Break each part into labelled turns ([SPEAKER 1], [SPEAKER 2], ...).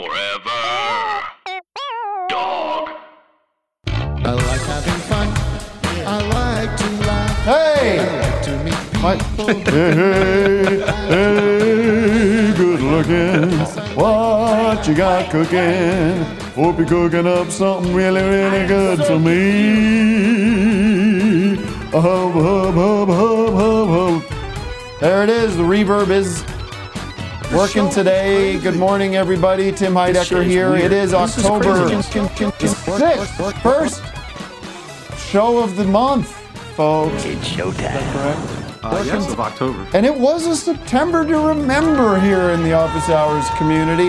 [SPEAKER 1] Forever. Dog.
[SPEAKER 2] I like having fun. I like to laugh.
[SPEAKER 3] Hey!
[SPEAKER 2] I like to meet people.
[SPEAKER 3] Hey, hey, hey, good looking. What you got cooking? Hope you're cooking up something really, really good for me. Hub, hub, hub, hub, hub, hub. There it is. The reverb is working today. Good morning, everybody. Tim Heidecker here. It is October sixth, first show of the month, folks.
[SPEAKER 4] Uh, yes, of October.
[SPEAKER 3] And it was a September to remember here in the office hours community.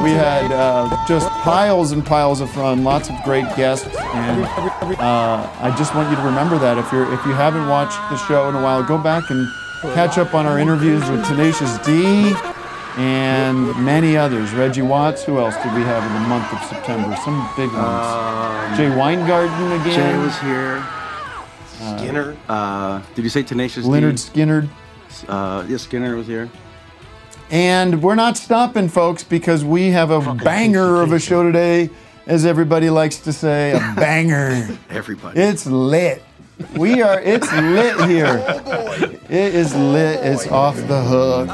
[SPEAKER 3] We had uh, just piles and piles of fun, lots of great guests, and uh, I just want you to remember that. If you're if you haven't watched the show in a while, go back and catch up on our interviews with Tenacious D and many others. Reggie Watts. Who else did we have in the month of September? Some big ones. Jay Weingarten again.
[SPEAKER 4] Um, Jay was here. Skinner. Uh, did you say Tenacious D?
[SPEAKER 3] Leonard Skinner.
[SPEAKER 4] Uh, yeah, Skinner was here.
[SPEAKER 3] And we're not stopping, folks, because we have a banger of a show today, as everybody likes to say, a banger.
[SPEAKER 4] Everybody.
[SPEAKER 3] It's lit. We are, it's lit here. It is lit. It's off the hook.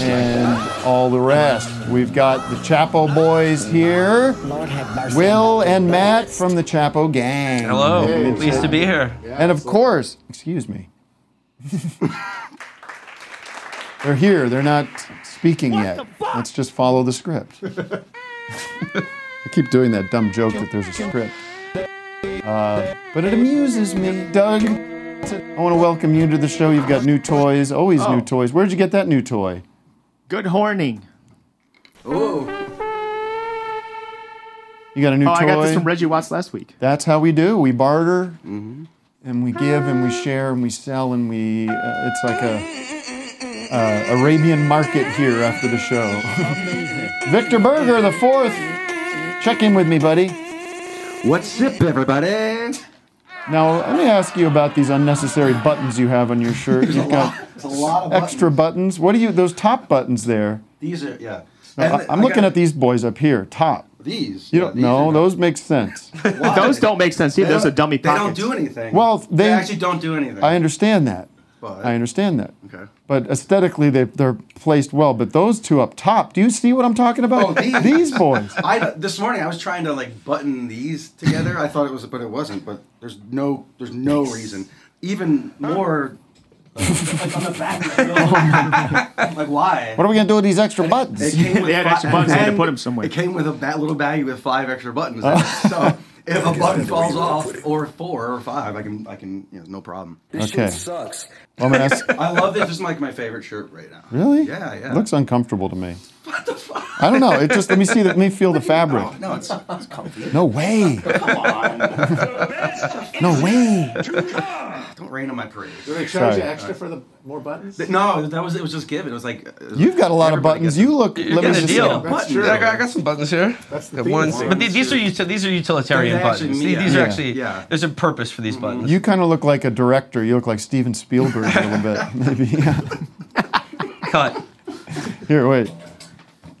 [SPEAKER 3] And all the rest. We've got the Chapo boys here. Will and Matt from the Chapo gang.
[SPEAKER 5] Hello, pleased to be here.
[SPEAKER 3] And of course, excuse me. They're here. They're not speaking yet. Let's just follow the script. I keep doing that dumb joke that there's a script. Uh, but it amuses me, Doug. I want to welcome you to the show. You've got new toys, always
[SPEAKER 6] Oh.
[SPEAKER 3] new toys. Where'd you get that new toy?
[SPEAKER 6] Good horning.
[SPEAKER 3] You got a new
[SPEAKER 6] Oh,
[SPEAKER 3] toy?
[SPEAKER 6] I got this from Reggie Watts last week.
[SPEAKER 3] That's how we do. We barter, and we give, and we share, and we sell, and we. Uh, it's like a uh, Arabian market here after the show. Victor Berger the fourth. Check in with me, buddy.
[SPEAKER 4] What's up, everybody?
[SPEAKER 3] Now let me ask you about these unnecessary buttons you have on your shirt. You've got
[SPEAKER 4] It's a lot of
[SPEAKER 3] extra buttons. What do you? Those top buttons there.
[SPEAKER 4] These are yeah.
[SPEAKER 3] I, am looking at these boys up here, top.
[SPEAKER 4] these.
[SPEAKER 3] You don't know those make sense.
[SPEAKER 6] Those don't make sense either. Those are dummy
[SPEAKER 4] They don't
[SPEAKER 6] pockets.
[SPEAKER 4] do anything.
[SPEAKER 3] Well, they-
[SPEAKER 4] they actually don't do anything.
[SPEAKER 3] I understand that.
[SPEAKER 4] But-
[SPEAKER 3] I understand that.
[SPEAKER 4] Okay.
[SPEAKER 3] But aesthetically, they, they're placed well. But those two up top, do you see what I'm talking about?
[SPEAKER 4] Oh, these.
[SPEAKER 3] boys.
[SPEAKER 4] I this morning I was trying to like button these together. I thought it was, but it wasn't. But there's no there's no reason. Even more. uh, like on the back. like why?
[SPEAKER 3] What are we going to do with these extra buttons?
[SPEAKER 4] It came with
[SPEAKER 6] They had
[SPEAKER 4] fi-
[SPEAKER 6] extra buttons, they had to
[SPEAKER 4] and
[SPEAKER 6] put 'em somewhere.
[SPEAKER 4] It came with a ba- little baggie with five extra buttons. in it.
[SPEAKER 3] Oh.
[SPEAKER 4] So if a button falls off, or four or five, I can, I can, you know, no problem.
[SPEAKER 3] okay. Well, I'm gonna ask-
[SPEAKER 4] I love this. This is like my favorite shirt right now.
[SPEAKER 3] really?
[SPEAKER 4] Yeah, yeah.
[SPEAKER 3] Looks uncomfortable to me. What the fuck? I don't know. It just let me see. the- Let me feel the fabric.
[SPEAKER 4] no, it's, it's comfy.
[SPEAKER 3] No way. no way.
[SPEAKER 4] Don't rain on my parade.
[SPEAKER 7] They charge
[SPEAKER 3] Sorry.
[SPEAKER 7] you extra for the more buttons?
[SPEAKER 4] No, that was it. Was just given. It was like it was-
[SPEAKER 3] You've got a lot of
[SPEAKER 4] everybody
[SPEAKER 3] buttons.
[SPEAKER 4] gets-
[SPEAKER 3] You look.
[SPEAKER 5] You're
[SPEAKER 3] let me
[SPEAKER 5] getting a
[SPEAKER 3] just
[SPEAKER 5] deal.
[SPEAKER 3] see.
[SPEAKER 4] Button.
[SPEAKER 5] Sure, I got, I got some buttons here.
[SPEAKER 7] That's the
[SPEAKER 5] Got
[SPEAKER 7] theme
[SPEAKER 5] ones,
[SPEAKER 7] song.
[SPEAKER 5] but the- these are uti- these are utilitarian
[SPEAKER 4] They're actually
[SPEAKER 5] buttons.
[SPEAKER 4] me,
[SPEAKER 5] These, these are
[SPEAKER 3] yeah.
[SPEAKER 5] actually
[SPEAKER 4] Yeah.
[SPEAKER 5] there's a purpose for these buttons.
[SPEAKER 3] You kind of look like a director. You look like Steven Spielberg a little bit, maybe. Yeah.
[SPEAKER 5] cut.
[SPEAKER 3] Here, wait.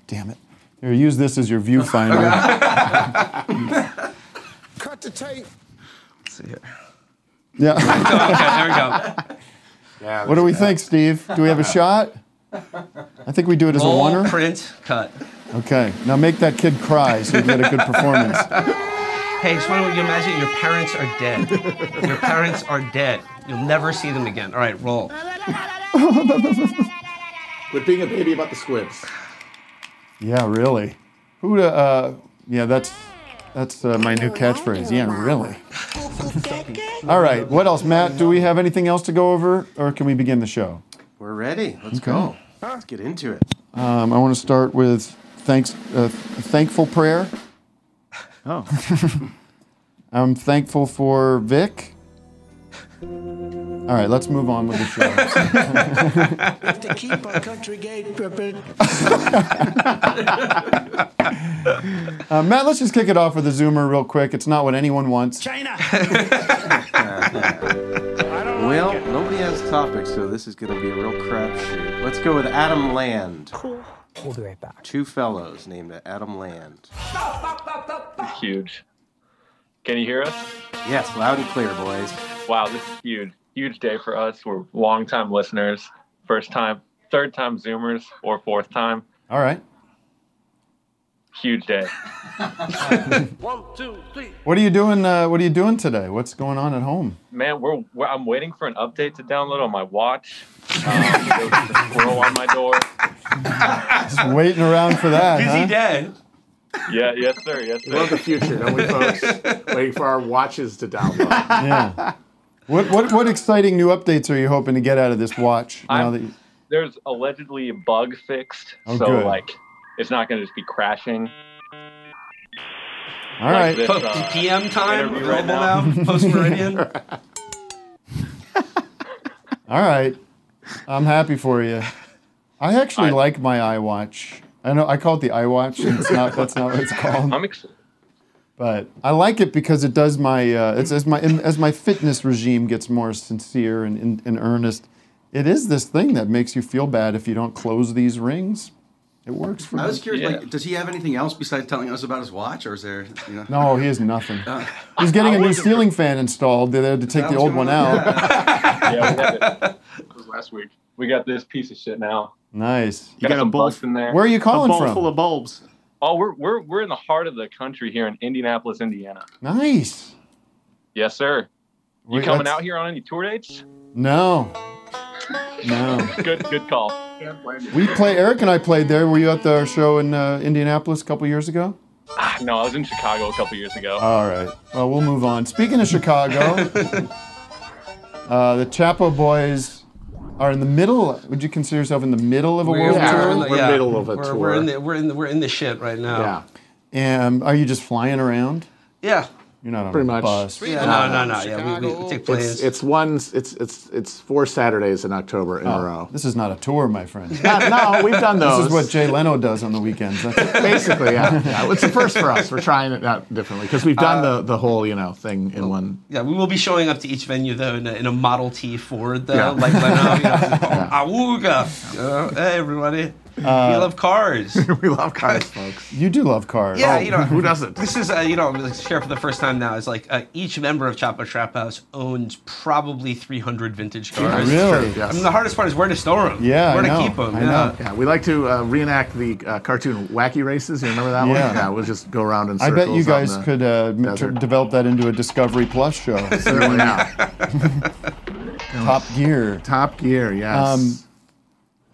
[SPEAKER 3] Damn it. Here, use this as your viewfinder.
[SPEAKER 7] Cut the tape.
[SPEAKER 5] Let's see here.
[SPEAKER 3] yeah.
[SPEAKER 5] Oh, okay, there we go.
[SPEAKER 7] Yeah,
[SPEAKER 3] What do we think, Steve? Do we have a shot? I think we do it as a
[SPEAKER 5] Roll,
[SPEAKER 3] oneer.
[SPEAKER 5] print, cut.
[SPEAKER 3] Okay, now make that kid cry so you can get a good performance.
[SPEAKER 5] Hey, just want to imagine your parents are dead. Your parents are dead. You'll never see them again. All right, roll.
[SPEAKER 7] With being a baby about the squibs.
[SPEAKER 3] Yeah, really. Who? da- Uh, yeah, that's that's uh, my new catchphrase. Yeah, really. All right. What else, Matt? Do we have anything else to go over, or can we begin the show?
[SPEAKER 4] We're ready. Let's
[SPEAKER 3] go.
[SPEAKER 4] Let's get into it.
[SPEAKER 3] Um, I want to start with thanks, uh, thankful prayer.
[SPEAKER 6] Oh.
[SPEAKER 3] I'm thankful for Vic. All right, let's move on with the show.
[SPEAKER 8] to keep our country gay.
[SPEAKER 3] Uh, Matt, let's just kick it off with a zoomer real quick. It's not what anyone wants.
[SPEAKER 8] China.
[SPEAKER 4] Well, nobody has topics, so this is going to be a real crapshoot. Let's go with Adam Land.
[SPEAKER 9] We'll be right back.
[SPEAKER 10] Two fellows named Adam Land.
[SPEAKER 11] Huge. Can you hear us?
[SPEAKER 10] Yes, loud and clear, boys.
[SPEAKER 11] Wow, this is huge. Huge day for us. We're longtime listeners, first time, third time Zoomers, or fourth time.
[SPEAKER 3] All right.
[SPEAKER 11] Huge day.
[SPEAKER 3] What are you doing? Uh, what are you doing today? What's going on at home?
[SPEAKER 11] Man, we're, we're I'm waiting for an update to download on my watch. Um, there's a squirrel on my door.
[SPEAKER 3] Just waiting around for that. huh?
[SPEAKER 5] day.
[SPEAKER 11] Yeah, yes, sir. Yes, sir.
[SPEAKER 7] We love the future, don't we, folks? Waiting for our watches to download.
[SPEAKER 3] Yeah. What, what what exciting new updates are you hoping to get out of this watch? Now that you,
[SPEAKER 11] There's allegedly a bug fixed,
[SPEAKER 3] Oh,
[SPEAKER 11] so
[SPEAKER 3] good.
[SPEAKER 11] like it's not going to just be crashing.
[SPEAKER 3] all right.
[SPEAKER 11] this,
[SPEAKER 5] Po-
[SPEAKER 11] uh,
[SPEAKER 5] PM time
[SPEAKER 11] interview right
[SPEAKER 5] available now. Post Meridian.
[SPEAKER 3] All right. I'm happy for you. I actually like my iWatch. I know I call it the iWatch. and It's not that's not what it's called.
[SPEAKER 11] I'm excited.
[SPEAKER 3] But I like it because it does my uh, it's as my as my fitness regime gets more sincere and, and, and earnest. It is this thing that makes you feel bad if you don't close these rings. It works for
[SPEAKER 4] I
[SPEAKER 3] me.
[SPEAKER 4] was curious,
[SPEAKER 11] Yeah.
[SPEAKER 4] like, does he have anything else besides telling us about his watch, or is there, you know?
[SPEAKER 3] No, he has nothing.
[SPEAKER 5] Uh,
[SPEAKER 3] He's getting a new ceiling fan installed. They had to take the
[SPEAKER 4] was
[SPEAKER 3] old
[SPEAKER 4] gonna-
[SPEAKER 3] one out.
[SPEAKER 11] Yeah, we had it. It was last week. We got this piece of shit now.
[SPEAKER 3] Nice.
[SPEAKER 6] You got a
[SPEAKER 11] some
[SPEAKER 6] bowl,
[SPEAKER 11] bugs in there.
[SPEAKER 3] Where are you
[SPEAKER 6] a
[SPEAKER 3] calling
[SPEAKER 6] bowl
[SPEAKER 3] from?
[SPEAKER 6] full of bulbs.
[SPEAKER 11] Oh, we're, we're we're in the heart of the country here in Indianapolis, Indiana.
[SPEAKER 3] nice.
[SPEAKER 11] Yes, sir. You
[SPEAKER 3] Wait,
[SPEAKER 11] coming
[SPEAKER 3] that's-
[SPEAKER 11] out here on any tour dates?
[SPEAKER 3] No. No.
[SPEAKER 11] Good, good call.
[SPEAKER 3] We play. Eric and I played there. Were you at the show in uh, Indianapolis a couple years ago?
[SPEAKER 11] Ah, No, I was in Chicago a couple years ago.
[SPEAKER 3] All right. Well, we'll move on. Speaking of Chicago, uh, the Chapo Boys are in the middle. Would you consider yourself in the middle of a
[SPEAKER 5] We're-
[SPEAKER 3] world
[SPEAKER 5] we're
[SPEAKER 3] tour?
[SPEAKER 5] in the-
[SPEAKER 7] We're
[SPEAKER 5] yeah.
[SPEAKER 7] middle of a
[SPEAKER 5] We're- We're in
[SPEAKER 7] tour.
[SPEAKER 5] the we're in the we're in the shit right now.
[SPEAKER 7] Yeah.
[SPEAKER 3] And are you just flying around?
[SPEAKER 5] Yeah.
[SPEAKER 3] You're not on
[SPEAKER 7] Pretty
[SPEAKER 3] a
[SPEAKER 7] much.
[SPEAKER 3] bus.
[SPEAKER 5] Yeah, no, no, no. Yeah, we, we take
[SPEAKER 7] It's,
[SPEAKER 5] planes.
[SPEAKER 7] it's one. It's it's it's four Saturdays in October
[SPEAKER 3] Oh.
[SPEAKER 7] in a row.
[SPEAKER 3] This is not a tour, my friend. This
[SPEAKER 7] No, no, we've done those.
[SPEAKER 3] is what Jay Leno does on the weekends. That's-
[SPEAKER 7] basically. Yeah, yeah. It's the first for us. We're trying it out differently because we've done the the whole you know thing in one.
[SPEAKER 5] yeah, we will be showing up to each venue though in a, in a Model T Ford though,
[SPEAKER 7] Yeah.
[SPEAKER 5] like Leno. You know, Awooga. You know, hey everybody, we love cars.
[SPEAKER 7] We love cars, folks.
[SPEAKER 3] you do love cars.
[SPEAKER 5] Yeah, you know
[SPEAKER 7] Who doesn't?
[SPEAKER 5] This is uh, you know like, share for the first time now is like uh, each member of Chapo Trap House owns probably 300 vintage cars.
[SPEAKER 3] really?
[SPEAKER 7] True, yeah.
[SPEAKER 5] I mean, the hardest part is where to store them.
[SPEAKER 3] Yeah, I
[SPEAKER 5] where to
[SPEAKER 3] know.
[SPEAKER 5] keep them.
[SPEAKER 3] I
[SPEAKER 5] yeah.
[SPEAKER 3] know.
[SPEAKER 7] Yeah, we like to uh, reenact the uh, cartoon Wacky Races. You remember that
[SPEAKER 3] Yeah.
[SPEAKER 7] one? Yeah, we'll just go around in
[SPEAKER 3] I
[SPEAKER 7] circles.
[SPEAKER 3] bet you
[SPEAKER 7] on
[SPEAKER 3] guys
[SPEAKER 7] the-
[SPEAKER 3] could uh, m-
[SPEAKER 7] desert.
[SPEAKER 3] t- develop that into a Discovery Plus show. Mm-hmm.
[SPEAKER 7] Certainly not.
[SPEAKER 3] Top Gear.
[SPEAKER 7] Top Gear, yes.
[SPEAKER 3] Um,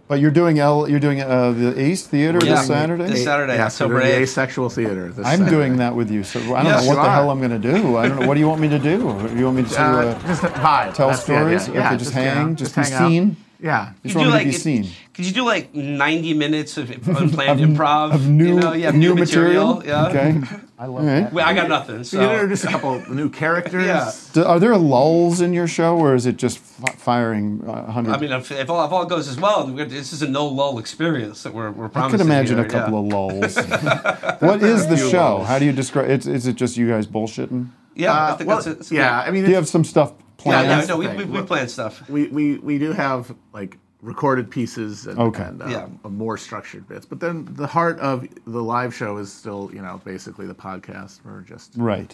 [SPEAKER 3] But you're doing L. You're doing uh, the Ace Theater
[SPEAKER 5] Yeah.
[SPEAKER 3] this Saturday.
[SPEAKER 5] This Saturday,
[SPEAKER 7] yeah, so
[SPEAKER 5] October
[SPEAKER 7] we're the
[SPEAKER 5] 8th.
[SPEAKER 7] asexual theater. This
[SPEAKER 3] I'm
[SPEAKER 7] Saturday.
[SPEAKER 3] doing that with you, so I don't
[SPEAKER 5] Yes,
[SPEAKER 3] know what
[SPEAKER 7] you
[SPEAKER 3] the
[SPEAKER 7] are.
[SPEAKER 3] hell I'm going to do. I don't know. What do you want me to do? You want me to
[SPEAKER 7] Uh,
[SPEAKER 3] uh,
[SPEAKER 7] just vibe.
[SPEAKER 3] tell
[SPEAKER 7] That's the
[SPEAKER 3] stories?
[SPEAKER 7] idea. Yeah,
[SPEAKER 3] okay, just,
[SPEAKER 7] you know,
[SPEAKER 3] hang, just, be
[SPEAKER 7] hang out.
[SPEAKER 3] seen.
[SPEAKER 7] Yeah.
[SPEAKER 3] Just
[SPEAKER 5] Could
[SPEAKER 3] want
[SPEAKER 5] you,
[SPEAKER 3] me
[SPEAKER 5] like,
[SPEAKER 3] to be
[SPEAKER 5] if-
[SPEAKER 3] seen.
[SPEAKER 5] Could you do like 90 minutes of unplanned improv?
[SPEAKER 3] Of new,
[SPEAKER 5] you know? yeah,
[SPEAKER 3] new,
[SPEAKER 5] new material. Yeah.
[SPEAKER 3] Okay. I love that.
[SPEAKER 5] Well, I got nothing.
[SPEAKER 7] So you
[SPEAKER 5] So
[SPEAKER 7] introduce a couple new characters.
[SPEAKER 5] Yeah.
[SPEAKER 3] Do, are there lulls in your show, or is it just f- firing uh, 100?
[SPEAKER 5] I mean, if, if, all, if all goes as well, we're, this is a no lull experience that we're we're
[SPEAKER 3] I
[SPEAKER 5] promising.
[SPEAKER 3] could imagine
[SPEAKER 5] here,
[SPEAKER 3] a couple
[SPEAKER 5] yeah.
[SPEAKER 3] of lulls. what is the show? How do you describe? It's, is it just you guys bullshitting?
[SPEAKER 5] Yeah,
[SPEAKER 7] Uh,
[SPEAKER 5] I think
[SPEAKER 7] well,
[SPEAKER 5] that's it. That's
[SPEAKER 7] yeah,
[SPEAKER 5] good.
[SPEAKER 7] I mean,
[SPEAKER 3] Do you
[SPEAKER 7] it's-
[SPEAKER 3] have some stuff
[SPEAKER 5] Yeah,
[SPEAKER 3] planned?
[SPEAKER 5] yeah,
[SPEAKER 7] that's
[SPEAKER 5] no,
[SPEAKER 7] the
[SPEAKER 5] we,
[SPEAKER 7] thing.
[SPEAKER 5] we, we plan stuff.
[SPEAKER 7] we, we, we do have like recorded pieces and,
[SPEAKER 3] Okay.
[SPEAKER 7] and uh,
[SPEAKER 5] Yeah.
[SPEAKER 7] more structured bits. But then the heart of the live show is still, you know, basically the podcast. We're just
[SPEAKER 3] Right.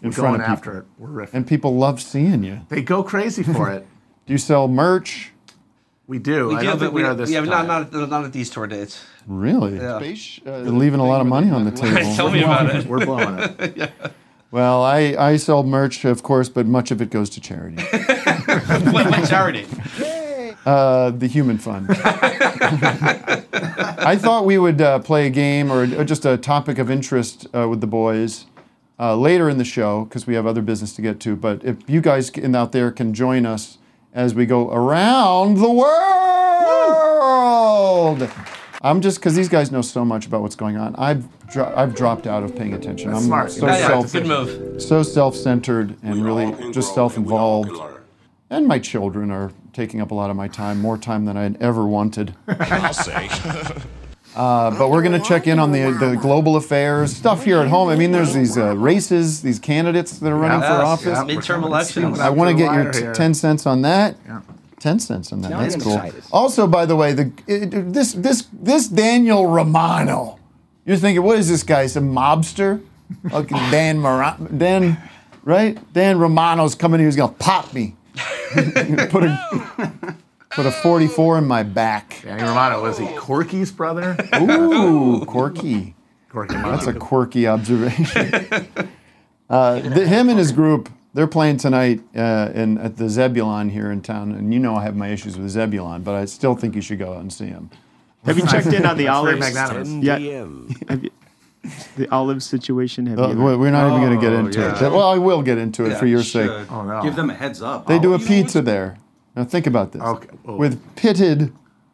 [SPEAKER 3] In front
[SPEAKER 7] going
[SPEAKER 3] of
[SPEAKER 7] after
[SPEAKER 3] people.
[SPEAKER 7] it. We're riffing.
[SPEAKER 3] And people love seeing you.
[SPEAKER 7] they go crazy for it.
[SPEAKER 3] Do you sell merch?
[SPEAKER 7] We do.
[SPEAKER 5] We
[SPEAKER 7] I
[SPEAKER 5] do,
[SPEAKER 7] don't
[SPEAKER 5] but
[SPEAKER 7] think
[SPEAKER 5] we,
[SPEAKER 7] we, are this
[SPEAKER 5] yeah,
[SPEAKER 7] time.
[SPEAKER 5] not, not, not at these tour dates.
[SPEAKER 3] Really?
[SPEAKER 5] Yeah.
[SPEAKER 7] uh,
[SPEAKER 3] They're leaving a lot of money on the table.
[SPEAKER 5] Tell me about it.
[SPEAKER 7] We're blowing it.
[SPEAKER 3] Well, I, I sell merch, of course, but much of it goes to charity.
[SPEAKER 5] what, what charity?
[SPEAKER 3] Uh, the Human Fund. I thought we would uh, play a game or, or just a topic of interest uh, with the boys uh, later in the show because we have other business to get to. But if you guys in, out there can join us as we go around the world. I'm just because these guys know so much about what's going on. I've dro- I've dropped out of paying attention. I'm
[SPEAKER 7] smart.
[SPEAKER 3] so
[SPEAKER 7] That's
[SPEAKER 5] Yeah,
[SPEAKER 7] smart.
[SPEAKER 3] self
[SPEAKER 5] good move.
[SPEAKER 3] so self-centered and really just self-involved
[SPEAKER 10] learn.
[SPEAKER 3] and my children are taking up a lot of my time more time than i'd ever wanted
[SPEAKER 2] I'll say.
[SPEAKER 3] Uh, but we're going to check in on the, the global affairs stuff here at home i mean there's these uh, races these candidates that are running
[SPEAKER 7] Yeah.
[SPEAKER 3] for
[SPEAKER 5] Yes,
[SPEAKER 3] office
[SPEAKER 5] Midterm elections.
[SPEAKER 3] i want to
[SPEAKER 7] Up to the
[SPEAKER 3] get your
[SPEAKER 7] wire
[SPEAKER 3] t-
[SPEAKER 7] here.
[SPEAKER 3] 10 cents on that Ten cents on that.
[SPEAKER 4] Now
[SPEAKER 3] That's
[SPEAKER 4] I'm
[SPEAKER 3] cool.
[SPEAKER 4] excited.
[SPEAKER 3] Also, by the way, the it, this this this Daniel Romano. You're thinking, what is this guy? Some mobster? Fucking Dan Moran, Dan, right? Dan Romano's coming here. He's gonna pop me. put a put a 44 in my back.
[SPEAKER 7] Danny Romano was he Corky's brother?
[SPEAKER 3] Ooh, quirky.
[SPEAKER 7] Corky
[SPEAKER 3] That's a quirky observation. Uh, the, him and his group, they're playing tonight uh, in, at the Zebulon here in town, and you know I have my issues with Zebulon, but I still think you should go out and see him.
[SPEAKER 6] Have you checked in on the
[SPEAKER 7] That's very
[SPEAKER 6] olives?
[SPEAKER 7] magnanimous.
[SPEAKER 6] Yeah.
[SPEAKER 8] DM.
[SPEAKER 6] Have you, the olive situation. Have
[SPEAKER 3] Uh,
[SPEAKER 6] you?
[SPEAKER 3] we- we're not even going to get
[SPEAKER 7] Oh,
[SPEAKER 3] into
[SPEAKER 7] yeah.
[SPEAKER 3] it. Well, I will get into it
[SPEAKER 4] Yeah,
[SPEAKER 3] for your
[SPEAKER 4] you
[SPEAKER 3] sake.
[SPEAKER 4] should.
[SPEAKER 7] Oh, no.
[SPEAKER 4] Give them a heads up. Oh,
[SPEAKER 3] They do a
[SPEAKER 4] I'll-
[SPEAKER 3] pizza there. Now think about this.
[SPEAKER 7] Okay, well-
[SPEAKER 3] With pitted,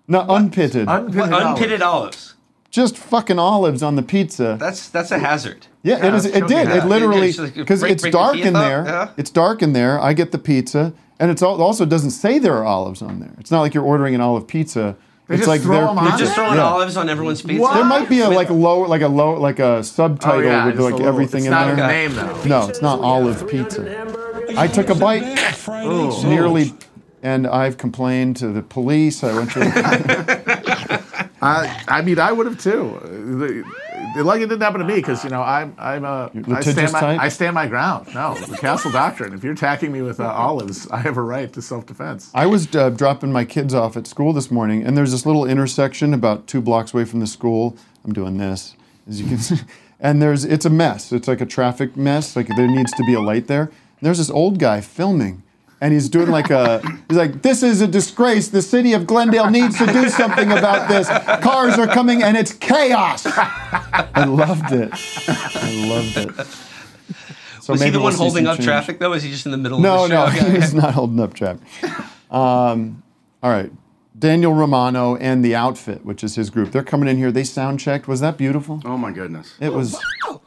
[SPEAKER 3] no unpitted,
[SPEAKER 7] Unpitted olive.
[SPEAKER 5] Unpitted olives.
[SPEAKER 3] just fucking olives on the pizza.
[SPEAKER 5] That's that's a hazard.
[SPEAKER 3] Yeah, it
[SPEAKER 7] Yeah,
[SPEAKER 3] is. It
[SPEAKER 7] choking
[SPEAKER 3] did.
[SPEAKER 7] hazard.
[SPEAKER 3] It literally
[SPEAKER 5] It's like you
[SPEAKER 3] because
[SPEAKER 5] break-
[SPEAKER 3] it's
[SPEAKER 5] break your
[SPEAKER 3] dark
[SPEAKER 5] teeth
[SPEAKER 3] in
[SPEAKER 5] up,
[SPEAKER 3] there.
[SPEAKER 5] yeah.
[SPEAKER 3] It's dark in there. I get the pizza, and it's al- also doesn't say there are olives on there. It's not like you're ordering an olive pizza. it's
[SPEAKER 7] just
[SPEAKER 3] like
[SPEAKER 7] throw
[SPEAKER 3] their
[SPEAKER 7] 'em on
[SPEAKER 3] pizza-
[SPEAKER 7] there?
[SPEAKER 5] Just throwing
[SPEAKER 3] yeah.
[SPEAKER 5] olives on everyone's pizza.
[SPEAKER 3] There might be a like lower, like a low, like a subtitle
[SPEAKER 7] Oh, yeah,
[SPEAKER 3] with
[SPEAKER 7] just a
[SPEAKER 3] like
[SPEAKER 7] little-
[SPEAKER 3] everything
[SPEAKER 7] it's
[SPEAKER 3] in
[SPEAKER 7] not
[SPEAKER 3] there.
[SPEAKER 7] in the name though.
[SPEAKER 3] No, it's not olive pizza. I took a bite. Nearly, and I've complained to the police. I went to.
[SPEAKER 7] I, I mean, I would have too. Uh, the- Like it didn't happen to me because you know I'm I'm a I
[SPEAKER 3] litigious
[SPEAKER 7] stand my
[SPEAKER 3] type?
[SPEAKER 7] I stand my ground. No, the castle doctrine. If you're attacking me with uh, olives, I have a right to self defense.
[SPEAKER 3] I was uh, dropping my kids off at school this morning, and there's this little intersection about two blocks away from the school. I'm doing this, as you can see, and there's it's a mess. It's like a traffic mess. Like there needs to be a light there. And there's this old guy filming, and he's doing like a he's like, "This is a disgrace. The city of Glendale needs to do something about this. Cars are coming, and it's chaos." I loved it. I loved it. So
[SPEAKER 5] Was he
[SPEAKER 3] maybe
[SPEAKER 5] the
[SPEAKER 3] we'll
[SPEAKER 5] one
[SPEAKER 3] see some
[SPEAKER 5] holding up
[SPEAKER 3] change.
[SPEAKER 5] traffic though? Is he just in the middle
[SPEAKER 3] No,
[SPEAKER 5] of the
[SPEAKER 3] no,
[SPEAKER 5] show? Okay.
[SPEAKER 3] he's not holding up traffic. Um, all right. Daniel Romano and the Outfit, which is his group. They're coming in here. They sound checked. Was that beautiful?
[SPEAKER 4] Oh my goodness.
[SPEAKER 3] It was.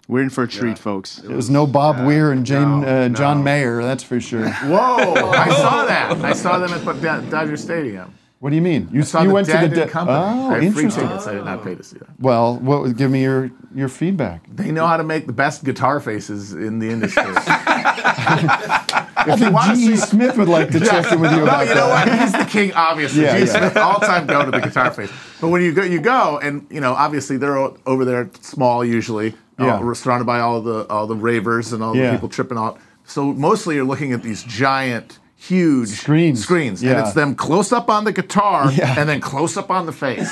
[SPEAKER 6] We're in for a treat, folks.
[SPEAKER 3] It was no Bob Weir and Jane,
[SPEAKER 7] no,
[SPEAKER 3] uh, John
[SPEAKER 7] no.
[SPEAKER 3] Mayer. That's for sure.
[SPEAKER 7] Whoa! Oh, I
[SPEAKER 3] Oh.
[SPEAKER 7] saw that. I saw them at Do- Dodger Stadium.
[SPEAKER 3] What do you mean? You,
[SPEAKER 7] I saw
[SPEAKER 3] you
[SPEAKER 7] the
[SPEAKER 3] went
[SPEAKER 7] Dead
[SPEAKER 3] to the
[SPEAKER 7] and
[SPEAKER 3] de-
[SPEAKER 7] company.
[SPEAKER 3] Oh,
[SPEAKER 7] I had free
[SPEAKER 3] interesting.
[SPEAKER 7] tickets. I did not pay to see that.
[SPEAKER 3] Well, what? was- Give me your your feedback.
[SPEAKER 7] They know how to make the best guitar faces in the industry.
[SPEAKER 3] I think E
[SPEAKER 7] wanna
[SPEAKER 3] G.E.
[SPEAKER 7] see-
[SPEAKER 3] Smith would like to check in with you
[SPEAKER 7] no,
[SPEAKER 3] about
[SPEAKER 7] you
[SPEAKER 3] that.
[SPEAKER 7] know what? He's the king, obviously.
[SPEAKER 3] Yeah,
[SPEAKER 7] Gene
[SPEAKER 3] yeah.
[SPEAKER 7] Smith, all-time go to the guitar face. But when you go, you go, and you know, obviously they're o- over there small usually.
[SPEAKER 3] Yeah.
[SPEAKER 7] Yeah. we're surrounded by all the all the ravers and all
[SPEAKER 3] Yeah.
[SPEAKER 7] the people tripping out. So mostly you're looking at these giant, huge
[SPEAKER 3] Screens.
[SPEAKER 7] screens, and
[SPEAKER 3] Yeah.
[SPEAKER 7] it's them close up on the guitar
[SPEAKER 3] Yeah.
[SPEAKER 7] and then close up on the face.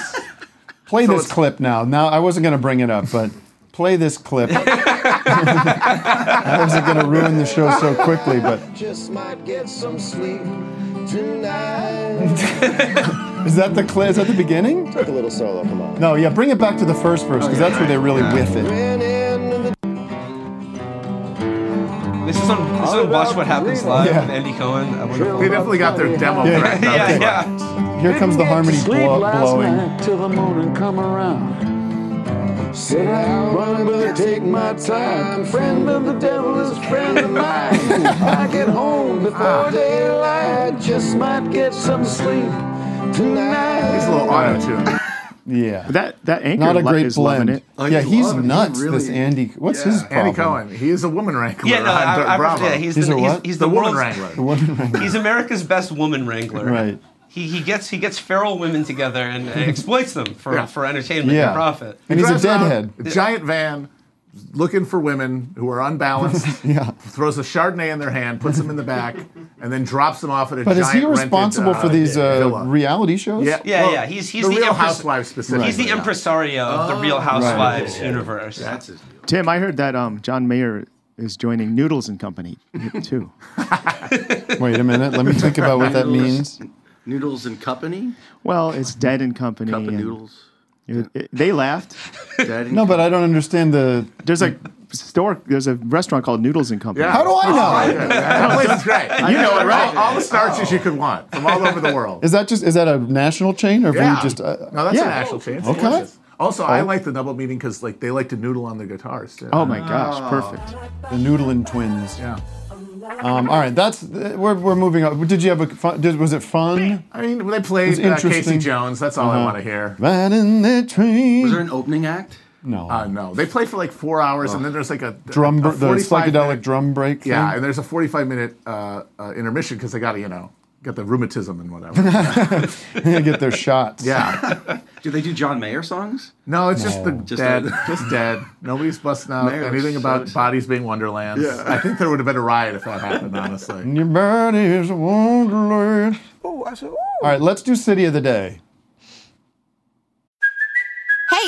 [SPEAKER 3] Play
[SPEAKER 7] So
[SPEAKER 3] this
[SPEAKER 7] it's-
[SPEAKER 3] clip now. Now I wasn't going to bring it up, but play this clip. I wasn't going to ruin the show so quickly, but
[SPEAKER 8] Just might get some sleep tonight.
[SPEAKER 3] is that the clip? Is that the beginning?
[SPEAKER 8] Take a little solo, come on.
[SPEAKER 3] No, yeah, bring it back to the first verse because that's where they really whiff it.
[SPEAKER 8] Went into the
[SPEAKER 5] This is on, this is on Watch What Happens Live
[SPEAKER 3] Yeah.
[SPEAKER 5] with Andy Cohen. I wonder
[SPEAKER 7] they definitely got their demo
[SPEAKER 3] Yeah.
[SPEAKER 7] correct. on
[SPEAKER 5] yeah,
[SPEAKER 7] this one.
[SPEAKER 5] yeah.
[SPEAKER 3] Here comes the harmony blow, blowing.
[SPEAKER 2] till the morning come around.
[SPEAKER 8] Said I run, but I take my time. Friend of the devil is friend of mine. I get home before daylight. Just might get some sleep tonight.
[SPEAKER 7] It's a little auto tune.
[SPEAKER 3] Yeah,
[SPEAKER 6] That that anchor
[SPEAKER 3] not a
[SPEAKER 6] lo-
[SPEAKER 3] great
[SPEAKER 6] is loving
[SPEAKER 3] blend.
[SPEAKER 6] it.
[SPEAKER 7] Oh,
[SPEAKER 3] yeah,
[SPEAKER 4] he's
[SPEAKER 3] he's
[SPEAKER 4] loving it. Oh, He
[SPEAKER 3] nuts.
[SPEAKER 4] really-
[SPEAKER 3] this Andy, what's
[SPEAKER 4] Yeah.
[SPEAKER 3] his problem?
[SPEAKER 7] Andy Cohen, he is a woman wrangler.
[SPEAKER 5] Yeah, no,
[SPEAKER 7] on Doug
[SPEAKER 5] I, I,
[SPEAKER 7] Bravo.
[SPEAKER 5] yeah, he's,
[SPEAKER 3] He's
[SPEAKER 5] the,
[SPEAKER 3] a
[SPEAKER 5] he's,
[SPEAKER 3] what?
[SPEAKER 5] he's
[SPEAKER 7] the, woman
[SPEAKER 5] world's-
[SPEAKER 7] wrangler.
[SPEAKER 5] He's America's best woman wrangler.
[SPEAKER 3] Right.
[SPEAKER 5] He, he gets he gets feral women together and exploits them for,
[SPEAKER 7] Yeah.
[SPEAKER 5] for entertainment
[SPEAKER 3] Yeah.
[SPEAKER 5] and profit.
[SPEAKER 3] And he's a
[SPEAKER 7] drives around
[SPEAKER 3] deadhead.
[SPEAKER 7] A giant van, looking for women who are unbalanced.
[SPEAKER 3] Yeah.
[SPEAKER 7] Throws a Chardonnay in their hand, puts them in the back, and then drops them off at a.
[SPEAKER 3] But
[SPEAKER 7] giant
[SPEAKER 3] is he responsible
[SPEAKER 7] rented, uh,
[SPEAKER 3] for these uh,
[SPEAKER 7] villa.
[SPEAKER 3] reality shows?
[SPEAKER 7] Yeah,
[SPEAKER 5] Yeah,
[SPEAKER 7] well,
[SPEAKER 5] yeah, he's- he's
[SPEAKER 7] the,
[SPEAKER 5] the
[SPEAKER 7] Real
[SPEAKER 5] empress-
[SPEAKER 7] Housewives specifically.
[SPEAKER 5] He's the impresario of the
[SPEAKER 3] Oh.
[SPEAKER 5] Real Housewives universe.
[SPEAKER 4] That's his deal.
[SPEAKER 6] Tim, I heard that um, John Mayer is joining Noodles and Company too.
[SPEAKER 3] Wait a minute. Let me think about what that means.
[SPEAKER 4] Noodles and Company?
[SPEAKER 6] Well, it's Dead and Company.
[SPEAKER 4] Cup of
[SPEAKER 6] and
[SPEAKER 4] noodles.
[SPEAKER 6] it- it- they laughed.
[SPEAKER 4] Daddy.
[SPEAKER 3] No, but I don't understand the.
[SPEAKER 6] There's a store. There's a restaurant called Noodles and Company.
[SPEAKER 7] Yeah.
[SPEAKER 3] How do I know?
[SPEAKER 7] That place is great. You know it, right? All, all the starches
[SPEAKER 3] Oh.
[SPEAKER 7] you could want from all over the world.
[SPEAKER 3] Is that just is that a national chain or have we just? Uh,
[SPEAKER 7] no, that's
[SPEAKER 6] yeah.
[SPEAKER 7] an actual chance.
[SPEAKER 3] Okay. Oh.
[SPEAKER 7] Also, I like the double meeting because like they like to noodle on their guitars. Too.
[SPEAKER 6] Oh my gosh, perfect.
[SPEAKER 3] The Noodlin twins.
[SPEAKER 7] Yeah.
[SPEAKER 3] Um, all right, that's th- we're, we're moving on. Did you have a fun? Did, was it fun?
[SPEAKER 7] I mean, they
[SPEAKER 3] It's
[SPEAKER 7] played uh, Casey
[SPEAKER 3] interesting.
[SPEAKER 7] Jones. That's all I want to hear.
[SPEAKER 3] Riding the train.
[SPEAKER 4] Was there an opening act?
[SPEAKER 3] no
[SPEAKER 7] Uh, no, they play for like four hours, and then there's like a
[SPEAKER 3] drum?
[SPEAKER 7] a
[SPEAKER 3] br- the
[SPEAKER 7] 45
[SPEAKER 3] psychedelic
[SPEAKER 7] minute-
[SPEAKER 3] drum break.
[SPEAKER 7] Yeah,
[SPEAKER 3] thing?
[SPEAKER 7] and there's a 45 minute uh, uh, intermission because they got to you know got the rheumatism and whatever.
[SPEAKER 3] get their shots.
[SPEAKER 7] Yeah.
[SPEAKER 4] do they do John Mayer songs?
[SPEAKER 7] No, it's just the
[SPEAKER 3] No.
[SPEAKER 4] Just
[SPEAKER 7] dead.
[SPEAKER 4] a-
[SPEAKER 7] just dead. Nobody's busting out
[SPEAKER 4] Mayor
[SPEAKER 7] anything about
[SPEAKER 4] sucks.
[SPEAKER 7] bodies being Wonderlands.
[SPEAKER 4] Yeah.
[SPEAKER 7] I think there would have been a riot if that happened, honestly.
[SPEAKER 3] And your body is a wonderland.
[SPEAKER 9] Ooh, I said, ooh.
[SPEAKER 3] All right, let's do City of the Day.
[SPEAKER 12] Hey,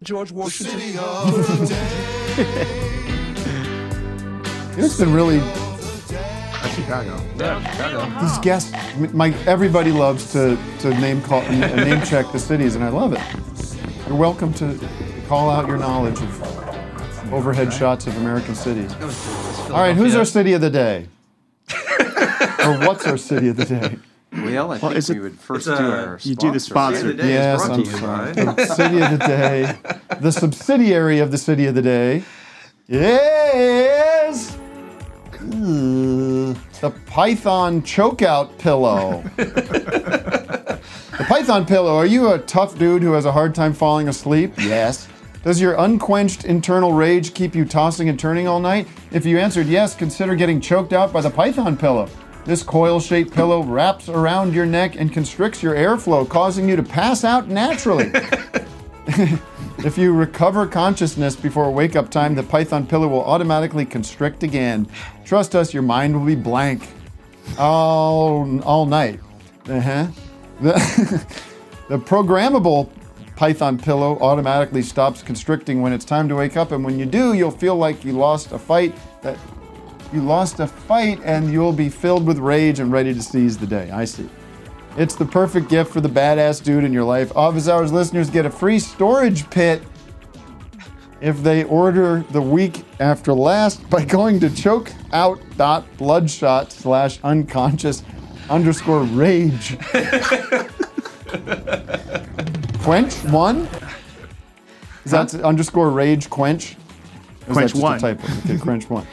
[SPEAKER 9] George Washington.
[SPEAKER 3] It's been really
[SPEAKER 7] Chicago.
[SPEAKER 5] Yeah, Chicago.
[SPEAKER 3] these guests. My everybody loves to to name call and name check the cities, and I love it. You're welcome to call out your knowledge of overhead shots of American cities. All right, who's our city of the day? or what's our city of the day?
[SPEAKER 10] Well, I
[SPEAKER 3] Well,
[SPEAKER 10] think
[SPEAKER 3] is it-
[SPEAKER 10] we would first
[SPEAKER 3] It's,
[SPEAKER 10] do
[SPEAKER 3] uh,
[SPEAKER 10] our
[SPEAKER 3] you do the
[SPEAKER 10] sponsor.
[SPEAKER 3] sponsor. Yes, I'm sorry. The city of the day. The subsidiary of the city of the day is uh, the Python chokeout pillow. the Python pillow. Are you a tough dude who has a hard time falling asleep? Yes. Does your unquenched internal rage keep you tossing and turning all night? If you answered yes, consider getting choked out by the Python pillow. This coil shaped pillow wraps around your neck and constricts your airflow, causing you to pass out naturally. If you recover consciousness before wake up time, the Python pillow will automatically constrict again. Trust us, your mind will be blank all, all night. Uh huh. The, the programmable Python pillow automatically stops constricting when it's time to wake up, and when you do, you'll feel like you lost a fight that you lost a fight and you'll be filled with rage and ready to seize the day. I see. It's the perfect gift for the badass dude in your life. Office Hours listeners get a free storage pit if they order the week after last by going to chokeout.bloodshot slash unconscious underscore rage. quench one? Is that underscore rage quench? Or
[SPEAKER 6] Quench
[SPEAKER 3] is that just
[SPEAKER 6] one.
[SPEAKER 3] A typo? Okay, quench one.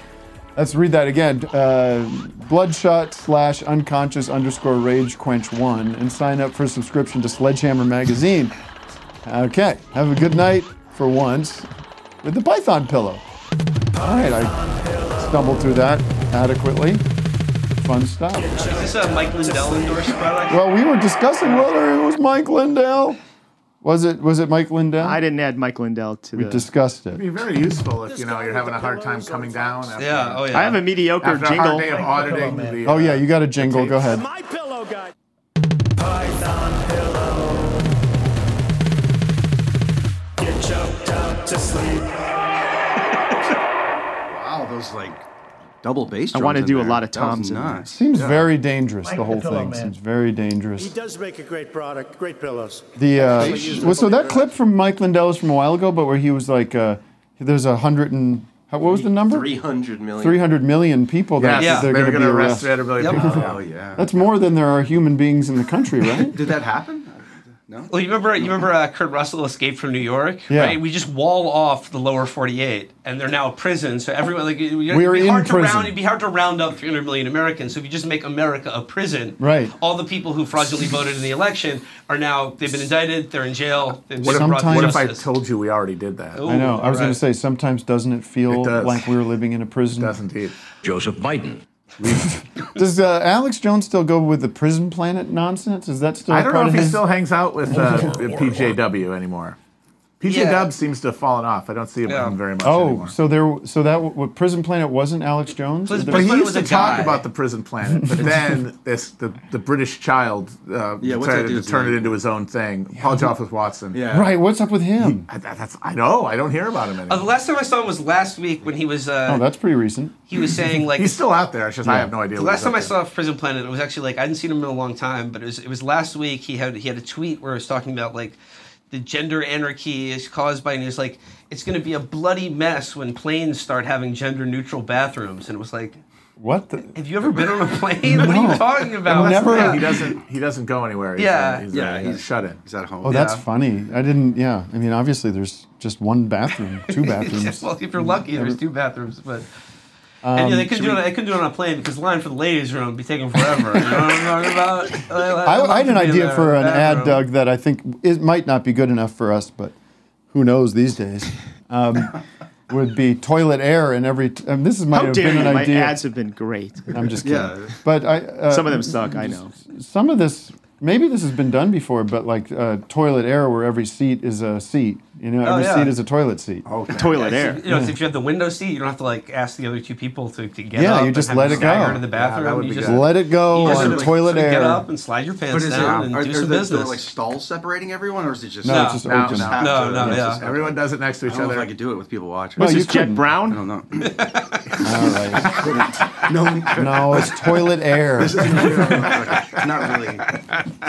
[SPEAKER 3] Let's read that again. Uh, bloodshot slash unconscious underscore rage quench one and sign up for a subscription to Sledgehammer Magazine. Okay, have a good night for once with the Python pillow. All right, I stumbled through that adequately. Fun stuff.
[SPEAKER 5] Is this a Mike Lindell endorsed product?
[SPEAKER 3] Well, we were discussing whether it was Mike Lindell. Was it? Was it Mike Lindell?
[SPEAKER 6] I didn't add Mike Lindell to
[SPEAKER 3] We
[SPEAKER 6] the.
[SPEAKER 3] discussed it.
[SPEAKER 7] It'd be very useful if you know you're having a hard time coming down. After,
[SPEAKER 6] Yeah, oh, yeah. I have a mediocre
[SPEAKER 7] after A
[SPEAKER 6] jingle.
[SPEAKER 7] hard day of auditing the,
[SPEAKER 3] Oh yeah, you got a jingle. Go ahead.
[SPEAKER 1] Get choked out to sleep.
[SPEAKER 4] Wow, those like double bass.
[SPEAKER 6] I
[SPEAKER 4] drums
[SPEAKER 6] want to
[SPEAKER 4] in
[SPEAKER 6] do a
[SPEAKER 4] there.
[SPEAKER 6] lot of
[SPEAKER 4] That was
[SPEAKER 6] toms. in there.
[SPEAKER 4] nuts.
[SPEAKER 3] Seems very dangerous.
[SPEAKER 4] Mike
[SPEAKER 3] the whole
[SPEAKER 4] Lindell,
[SPEAKER 3] thing
[SPEAKER 4] man.
[SPEAKER 3] seems very dangerous.
[SPEAKER 13] He does make a great product, great pillows.
[SPEAKER 3] The uh,
[SPEAKER 13] Actually used
[SPEAKER 3] well,
[SPEAKER 13] it
[SPEAKER 3] so that clip from Mike Lindell is from a while ago, but where he was like, uh, there's a hundred and how, what was the number?
[SPEAKER 10] 300 million.
[SPEAKER 3] Three hundred million people that
[SPEAKER 10] Yes,
[SPEAKER 3] they're
[SPEAKER 10] they
[SPEAKER 3] going
[SPEAKER 10] were
[SPEAKER 3] to be
[SPEAKER 10] gonna
[SPEAKER 7] arrest
[SPEAKER 3] arrested.
[SPEAKER 7] 300 million people. Oh, yeah.
[SPEAKER 3] That's more than there are human beings in the country, right?
[SPEAKER 4] Did that happen?
[SPEAKER 5] Well, you remember you remember uh, Kurt Russell escaped from New York,
[SPEAKER 3] Yeah.
[SPEAKER 5] right? We just wall off the lower 48, and they're now a prison. So everyone like it- it'd
[SPEAKER 3] We are
[SPEAKER 5] be
[SPEAKER 3] in
[SPEAKER 5] hard to
[SPEAKER 3] prison.
[SPEAKER 5] round. It'd be hard to round up 300 million Americans. So if you just make America a prison,
[SPEAKER 3] Right.
[SPEAKER 5] All the people who fraudulently voted in the election are now they've been indicted. They're in jail. They've
[SPEAKER 7] what, if,
[SPEAKER 5] been brought to
[SPEAKER 7] what if I
[SPEAKER 5] justice.
[SPEAKER 7] told you we already did that?
[SPEAKER 3] I know. I was going to say sometimes doesn't it feel
[SPEAKER 7] It does.
[SPEAKER 3] like we're living in a prison?
[SPEAKER 7] Does indeed.
[SPEAKER 3] Joseph Biden. Does uh, Alex Jones still go with the prison planet nonsense? Is that still?
[SPEAKER 7] I
[SPEAKER 3] a
[SPEAKER 7] don't
[SPEAKER 3] part
[SPEAKER 7] know if
[SPEAKER 3] of
[SPEAKER 7] he
[SPEAKER 3] his-
[SPEAKER 7] still hangs out with uh, PJW anymore. PJ
[SPEAKER 3] Yeah.
[SPEAKER 7] Dub seems to have fallen off. I don't see him very much
[SPEAKER 3] Oh,
[SPEAKER 7] anymore.
[SPEAKER 3] so there, so that what, prison planet wasn't Alex Jones. Or
[SPEAKER 7] But
[SPEAKER 3] there-
[SPEAKER 7] he used to talk about the prison planet, but then this the, the British child uh,
[SPEAKER 3] Yeah, what's that
[SPEAKER 7] decided to
[SPEAKER 3] dude's
[SPEAKER 7] turn
[SPEAKER 3] name?
[SPEAKER 7] it into his own thing. Paul Joffrey Watson.
[SPEAKER 3] Right, what's up with him?
[SPEAKER 7] I, that- that's I know. I don't hear about him
[SPEAKER 5] Uh,
[SPEAKER 7] anymore.
[SPEAKER 5] the last time I saw him was last week when he was. Uh,
[SPEAKER 3] oh, that's pretty recent.
[SPEAKER 5] he was saying like
[SPEAKER 7] he's still out there. It's just I have no idea.
[SPEAKER 5] The
[SPEAKER 7] what
[SPEAKER 5] last
[SPEAKER 7] he's
[SPEAKER 5] time
[SPEAKER 7] up
[SPEAKER 5] I saw Prison Planet, it was actually like I hadn't seen him in a long time, but it was it was last week. He had he had a tweet where he was talking about like the gender anarchy is caused by, and he was like, it's going to be a bloody mess when planes start having gender neutral bathrooms, and it was like.
[SPEAKER 3] What? The?
[SPEAKER 5] Have you ever been on a plane? What are you talking about? Yeah.
[SPEAKER 7] He doesn't. He doesn't go anywhere. He's,
[SPEAKER 5] Yeah.
[SPEAKER 7] uh, he's,
[SPEAKER 5] Yeah,
[SPEAKER 7] uh,
[SPEAKER 5] he's-
[SPEAKER 7] shut in. He's at home.
[SPEAKER 3] Oh, that's funny. I didn't. Yeah, I mean, obviously, there's just one bathroom, two bathrooms. Mm,
[SPEAKER 5] well, if you're lucky, there's two bathrooms, but.
[SPEAKER 3] Um,
[SPEAKER 5] and yeah, they couldn't
[SPEAKER 3] should
[SPEAKER 5] do
[SPEAKER 3] we-
[SPEAKER 5] it. They couldn't do it on a plane because the line for the ladies' room would be taking forever. you know what I'm talking about?
[SPEAKER 3] I, I had an idea for an ad, Doug, that I think it might not be good enough for us, but who knows these days? Um, would be toilet air in every. T- um, this is my
[SPEAKER 6] How
[SPEAKER 3] have
[SPEAKER 6] dare
[SPEAKER 3] been
[SPEAKER 6] you?
[SPEAKER 3] an
[SPEAKER 6] My
[SPEAKER 3] idea.
[SPEAKER 6] ads have been great.
[SPEAKER 3] I'm just kidding. But I, uh,
[SPEAKER 6] some of them suck. I know.
[SPEAKER 3] Some of this, maybe this has been done before, but like uh, toilet air, where every seat is a seat. You know,
[SPEAKER 5] Oh,
[SPEAKER 3] every
[SPEAKER 5] yeah.
[SPEAKER 3] seat is a Oh, toilet seat.
[SPEAKER 5] Okay.
[SPEAKER 6] Toilet
[SPEAKER 5] Yeah,
[SPEAKER 6] air.
[SPEAKER 5] so, you know, so if you have the window seat, you don't have to like ask the other two people to, to get up.
[SPEAKER 3] yeah, you
[SPEAKER 5] and
[SPEAKER 3] just
[SPEAKER 5] have
[SPEAKER 3] let
[SPEAKER 5] to
[SPEAKER 3] it
[SPEAKER 5] stagger
[SPEAKER 3] go.
[SPEAKER 5] to the bathroom. you just
[SPEAKER 3] Let it go
[SPEAKER 5] you just
[SPEAKER 3] on
[SPEAKER 5] sort of, like,
[SPEAKER 3] toilet
[SPEAKER 5] sort of
[SPEAKER 3] air.
[SPEAKER 5] Get up and slide your
[SPEAKER 4] But
[SPEAKER 5] pants
[SPEAKER 4] is it,
[SPEAKER 5] down and
[SPEAKER 4] are,
[SPEAKER 5] do
[SPEAKER 4] are
[SPEAKER 5] some
[SPEAKER 4] there, there
[SPEAKER 5] business.
[SPEAKER 4] like stalls separating everyone, or is it just
[SPEAKER 3] No, it's just open.
[SPEAKER 4] just
[SPEAKER 3] No,
[SPEAKER 4] have
[SPEAKER 5] no,
[SPEAKER 4] to-
[SPEAKER 5] no,
[SPEAKER 4] it's
[SPEAKER 5] yeah.
[SPEAKER 4] just-
[SPEAKER 7] Everyone does it next to each
[SPEAKER 4] I don't know
[SPEAKER 7] other.
[SPEAKER 4] if I could do it with people watching.
[SPEAKER 3] Well, This you is Jet couldn't.
[SPEAKER 7] Brown?
[SPEAKER 4] I don't know.
[SPEAKER 3] no, no, it's toilet air.
[SPEAKER 4] This is not, not really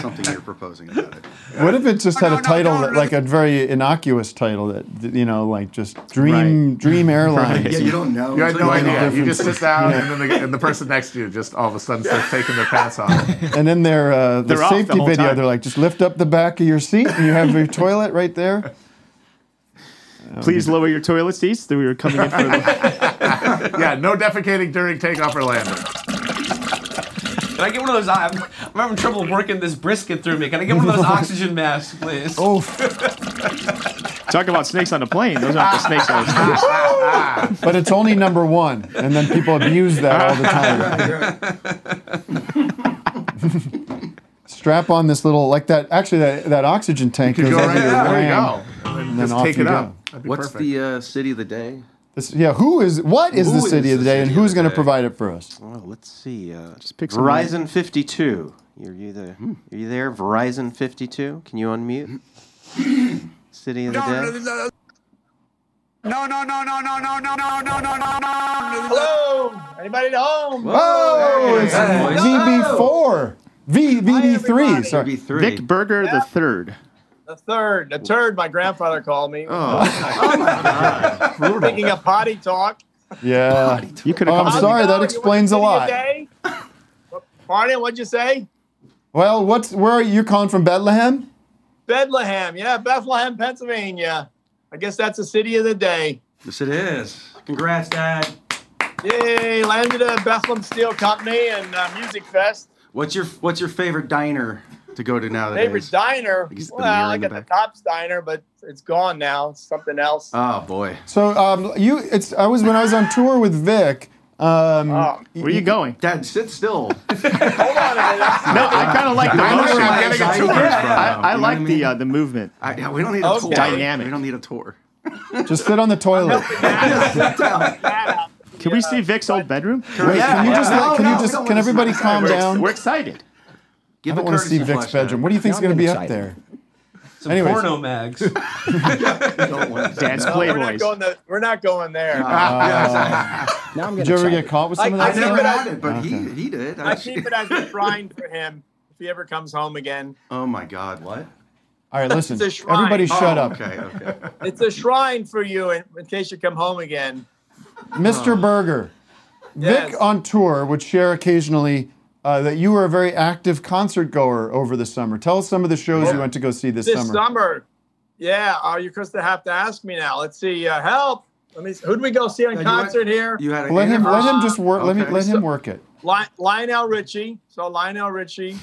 [SPEAKER 4] something you're proposing about it.
[SPEAKER 3] What if it just had a title that, like a very innocuous title that th- you know, like just Dream Dream Airlines?
[SPEAKER 7] Right.
[SPEAKER 3] or
[SPEAKER 7] You had no
[SPEAKER 3] something.
[SPEAKER 7] idea. You
[SPEAKER 3] Different-
[SPEAKER 7] just sit down,
[SPEAKER 3] Yeah.
[SPEAKER 7] and then the, and the person next to you just all of a sudden starts taking their pants off.
[SPEAKER 3] And then their uh, the
[SPEAKER 7] They're off the
[SPEAKER 3] safety
[SPEAKER 7] whole
[SPEAKER 3] video,
[SPEAKER 7] time.
[SPEAKER 3] they're like, just lift up the back of your seat, and you have your toilet right there.
[SPEAKER 6] Please lower your toilet seats. That we were coming in for. The-
[SPEAKER 7] yeah, no defecating during takeoff or landing.
[SPEAKER 5] Can I get one of those? I'm, I'm having trouble working this brisket through me. Can I get one of those oxygen masks, please?
[SPEAKER 3] Oh,
[SPEAKER 6] Talk about snakes on a plane. Those aren't the snakes I was
[SPEAKER 3] But it's only number one, and then people abuse that all the time. Strap on this little, like that. Actually, that, that oxygen tank goes
[SPEAKER 4] go
[SPEAKER 3] under
[SPEAKER 4] right
[SPEAKER 3] your
[SPEAKER 4] there. There you
[SPEAKER 3] ram,
[SPEAKER 4] go. And then
[SPEAKER 3] and then
[SPEAKER 4] just
[SPEAKER 3] off
[SPEAKER 4] take
[SPEAKER 3] you
[SPEAKER 4] it
[SPEAKER 3] go.
[SPEAKER 4] up. What's the uh, city of the day?
[SPEAKER 3] This- yeah, who is what is
[SPEAKER 10] Who
[SPEAKER 3] the city
[SPEAKER 10] is
[SPEAKER 3] of
[SPEAKER 10] the
[SPEAKER 3] the day, and
[SPEAKER 10] city of
[SPEAKER 3] who's
[SPEAKER 10] the
[SPEAKER 3] going to
[SPEAKER 10] day?
[SPEAKER 3] provide it for us?
[SPEAKER 10] Well, let's see. Uh, Just
[SPEAKER 6] pick someone.
[SPEAKER 10] Verizon 52. Are you there?
[SPEAKER 3] Hmm.
[SPEAKER 10] Are you there? Verizon 52. Can you unmute? City of the day.
[SPEAKER 14] uh, No, no, no, no, no, no, no, no, no, no, no, no. Hello. Anybody at home?
[SPEAKER 3] Oh, it's VB4, V VB3. Sorry,
[SPEAKER 6] VB3. Vic Berger the third.
[SPEAKER 14] The third, the third. My grandfather called me.
[SPEAKER 6] Oh.
[SPEAKER 14] Picking up potty talk.
[SPEAKER 3] Yeah,
[SPEAKER 6] you could
[SPEAKER 3] Oh,
[SPEAKER 6] have.
[SPEAKER 3] I'm sorry. That
[SPEAKER 14] You
[SPEAKER 3] explains a
[SPEAKER 14] want
[SPEAKER 3] lot.
[SPEAKER 14] to see the day? Pardon? What'd you say?
[SPEAKER 3] Well, what's where are you calling from? Bethlehem.
[SPEAKER 14] Bethlehem. Yeah, Bethlehem, Pennsylvania. I guess that's the city of the day.
[SPEAKER 4] Yes, it is. Congrats, Dad.
[SPEAKER 14] Yay! Landed at Bethlehem Steel Company and uh, Music Fest.
[SPEAKER 4] What's your What's your favorite diner to go to nowadays?
[SPEAKER 14] Favorite diner?
[SPEAKER 4] He's the mirror
[SPEAKER 14] Well, I
[SPEAKER 4] in the
[SPEAKER 14] got the Tops Diner, but it's gone now. It's something else.
[SPEAKER 4] Oh boy.
[SPEAKER 3] So um, you, it's I was when I was on tour with Vic. Um,
[SPEAKER 6] Oh, Where are you going?
[SPEAKER 4] Dad, sit still.
[SPEAKER 6] No, I kind of like the
[SPEAKER 4] I know
[SPEAKER 6] motion.
[SPEAKER 4] where I'm getting a tour from.
[SPEAKER 6] I, I
[SPEAKER 4] You know
[SPEAKER 6] like
[SPEAKER 4] what I
[SPEAKER 6] the uh, the movement.
[SPEAKER 4] I, yeah, we don't need a
[SPEAKER 6] Okay.
[SPEAKER 4] tour.
[SPEAKER 6] Dynamic.
[SPEAKER 4] We don't need a tour.
[SPEAKER 3] Just sit on the toilet.
[SPEAKER 6] Can we see Vic's old bedroom?
[SPEAKER 3] Wait, can you just
[SPEAKER 6] No,
[SPEAKER 3] let, can
[SPEAKER 6] no,
[SPEAKER 3] you
[SPEAKER 6] we
[SPEAKER 3] just
[SPEAKER 6] don't
[SPEAKER 3] can
[SPEAKER 6] wanna
[SPEAKER 3] everybody
[SPEAKER 6] see-
[SPEAKER 3] calm
[SPEAKER 6] we're ex-
[SPEAKER 3] down?
[SPEAKER 6] We're excited.
[SPEAKER 3] I don't want to see Vic's bedroom. What do you think's going to be up there?
[SPEAKER 5] Some
[SPEAKER 3] Anyways.
[SPEAKER 5] porno mags.
[SPEAKER 6] Dance
[SPEAKER 14] No, we're not
[SPEAKER 6] playboys.
[SPEAKER 14] going. To, we're not going there.
[SPEAKER 4] Oh.
[SPEAKER 3] now I'm Did you ever get caught with some of that?
[SPEAKER 14] I, I
[SPEAKER 3] stuff?
[SPEAKER 14] keep it as,
[SPEAKER 4] but he he did.
[SPEAKER 14] I keep it as a shrine for him if he ever comes home again.
[SPEAKER 4] Oh my God! What?
[SPEAKER 3] All right, listen.
[SPEAKER 14] It's a shrine.
[SPEAKER 3] Everybody, shut
[SPEAKER 4] Oh,
[SPEAKER 3] up.
[SPEAKER 4] Okay. Okay.
[SPEAKER 14] It's a shrine for you in, in case you come home again.
[SPEAKER 3] Mr. Berger, Vic on tour would share occasionally uh, that you were a very active concert goer over the summer. Tell us some of the shows you went to go see this,
[SPEAKER 14] summer. Yeah. Oh, you're supposed to have to ask me now. Let's see. Uh, help. Let me. Who did we go see on
[SPEAKER 4] Yeah, you had-
[SPEAKER 14] concert here?
[SPEAKER 4] you had a- Uh,
[SPEAKER 3] Let him let him just work. Let me
[SPEAKER 4] Okay.
[SPEAKER 3] let him work it.
[SPEAKER 14] Li- Lionel Richie. So Lionel Richie.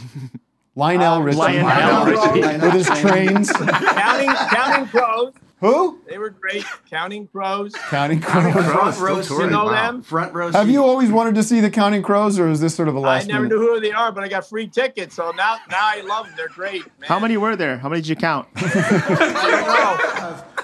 [SPEAKER 3] Lionel Richie
[SPEAKER 14] Uh, Lionel Richie.
[SPEAKER 3] with his trains.
[SPEAKER 14] counting counting crows.
[SPEAKER 3] Who?
[SPEAKER 14] They were great. Counting crows.
[SPEAKER 3] Counting
[SPEAKER 14] Counting Crows.
[SPEAKER 3] Crows.
[SPEAKER 14] Front row seat. You know them?
[SPEAKER 4] Front row
[SPEAKER 3] Have you always wanted to see the Counting Crows, or is this sort of a
[SPEAKER 14] I
[SPEAKER 3] last
[SPEAKER 14] never
[SPEAKER 3] minute?
[SPEAKER 14] knew who they are, but I got free tickets, so now now I love them. They're great.
[SPEAKER 6] How many were there? How many did you count?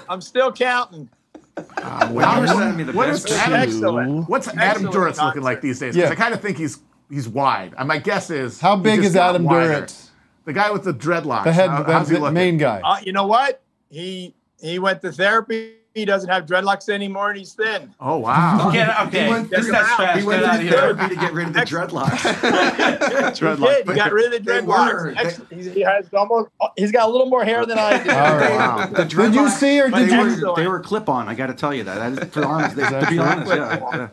[SPEAKER 14] I'm still counting.
[SPEAKER 7] Wow.
[SPEAKER 6] Ah,
[SPEAKER 14] you're sending me the
[SPEAKER 7] What
[SPEAKER 14] best
[SPEAKER 7] is
[SPEAKER 14] pictures.
[SPEAKER 7] Adam-
[SPEAKER 14] Excellent.
[SPEAKER 7] What's Adam
[SPEAKER 14] Excellent
[SPEAKER 7] Duritz
[SPEAKER 14] concert.
[SPEAKER 7] looking like these days? 'Cause
[SPEAKER 14] Yeah.
[SPEAKER 7] I kind of think he's he's wide. And my guess is
[SPEAKER 3] How
[SPEAKER 7] he
[SPEAKER 3] big
[SPEAKER 7] just
[SPEAKER 3] is
[SPEAKER 7] got
[SPEAKER 3] Adam
[SPEAKER 7] wider.
[SPEAKER 3] Duritz?
[SPEAKER 7] The guy with the dreadlocks.
[SPEAKER 3] The head,
[SPEAKER 7] How-
[SPEAKER 3] the,
[SPEAKER 7] how's he
[SPEAKER 3] the
[SPEAKER 7] looking?
[SPEAKER 3] main guy.
[SPEAKER 14] Uh, you know what? He he went to therapy. He doesn't have dreadlocks anymore, and he's thin.
[SPEAKER 7] Oh wow.
[SPEAKER 5] Get out- okay.
[SPEAKER 14] He went
[SPEAKER 5] That's
[SPEAKER 14] through-
[SPEAKER 5] not trash.
[SPEAKER 14] he went
[SPEAKER 5] Get out
[SPEAKER 14] through
[SPEAKER 5] of here.
[SPEAKER 14] therapy
[SPEAKER 4] to get rid of the dreadlocks.
[SPEAKER 14] He did. He got rid of the
[SPEAKER 4] They
[SPEAKER 14] dreadlocks.
[SPEAKER 4] were.
[SPEAKER 14] Ex- he's- he has almost. uh, He's got a little more hair than I do.
[SPEAKER 4] The
[SPEAKER 3] Did you
[SPEAKER 4] dreadlocks,
[SPEAKER 3] see or
[SPEAKER 4] they
[SPEAKER 3] did you?
[SPEAKER 4] Were, they were clip on. I got to tell you that. that is, for honest, they,
[SPEAKER 3] Is that
[SPEAKER 4] to be
[SPEAKER 3] true?
[SPEAKER 4] honest, yeah. yeah.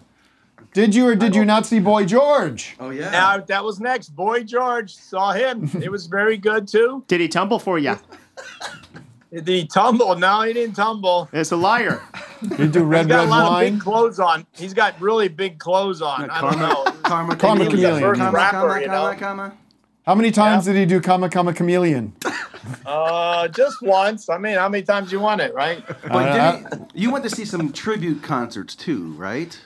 [SPEAKER 3] Did you or did you not see Boy George?
[SPEAKER 4] Oh yeah.
[SPEAKER 14] Now that was next. Boy George saw him. It was very good too.
[SPEAKER 6] Did he tumble for you?
[SPEAKER 14] Did he tumble? No, he didn't tumble.
[SPEAKER 6] It's a liar.
[SPEAKER 3] You do red
[SPEAKER 14] He's got
[SPEAKER 3] red
[SPEAKER 14] a lot of
[SPEAKER 3] wine.
[SPEAKER 14] big clothes on. He's got really big clothes on. I don't know.
[SPEAKER 4] Karma,
[SPEAKER 3] Karma chameleon,
[SPEAKER 14] First
[SPEAKER 3] yeah.
[SPEAKER 14] rapper,
[SPEAKER 4] Comma,
[SPEAKER 14] you
[SPEAKER 4] comma,
[SPEAKER 14] know.
[SPEAKER 4] comma.
[SPEAKER 3] How many times did he do comma comma chameleon?
[SPEAKER 14] Uh, just once. I mean, how many times you want it, right?
[SPEAKER 3] Uh, I-
[SPEAKER 4] But didn't, you went to see some tribute concerts too, right?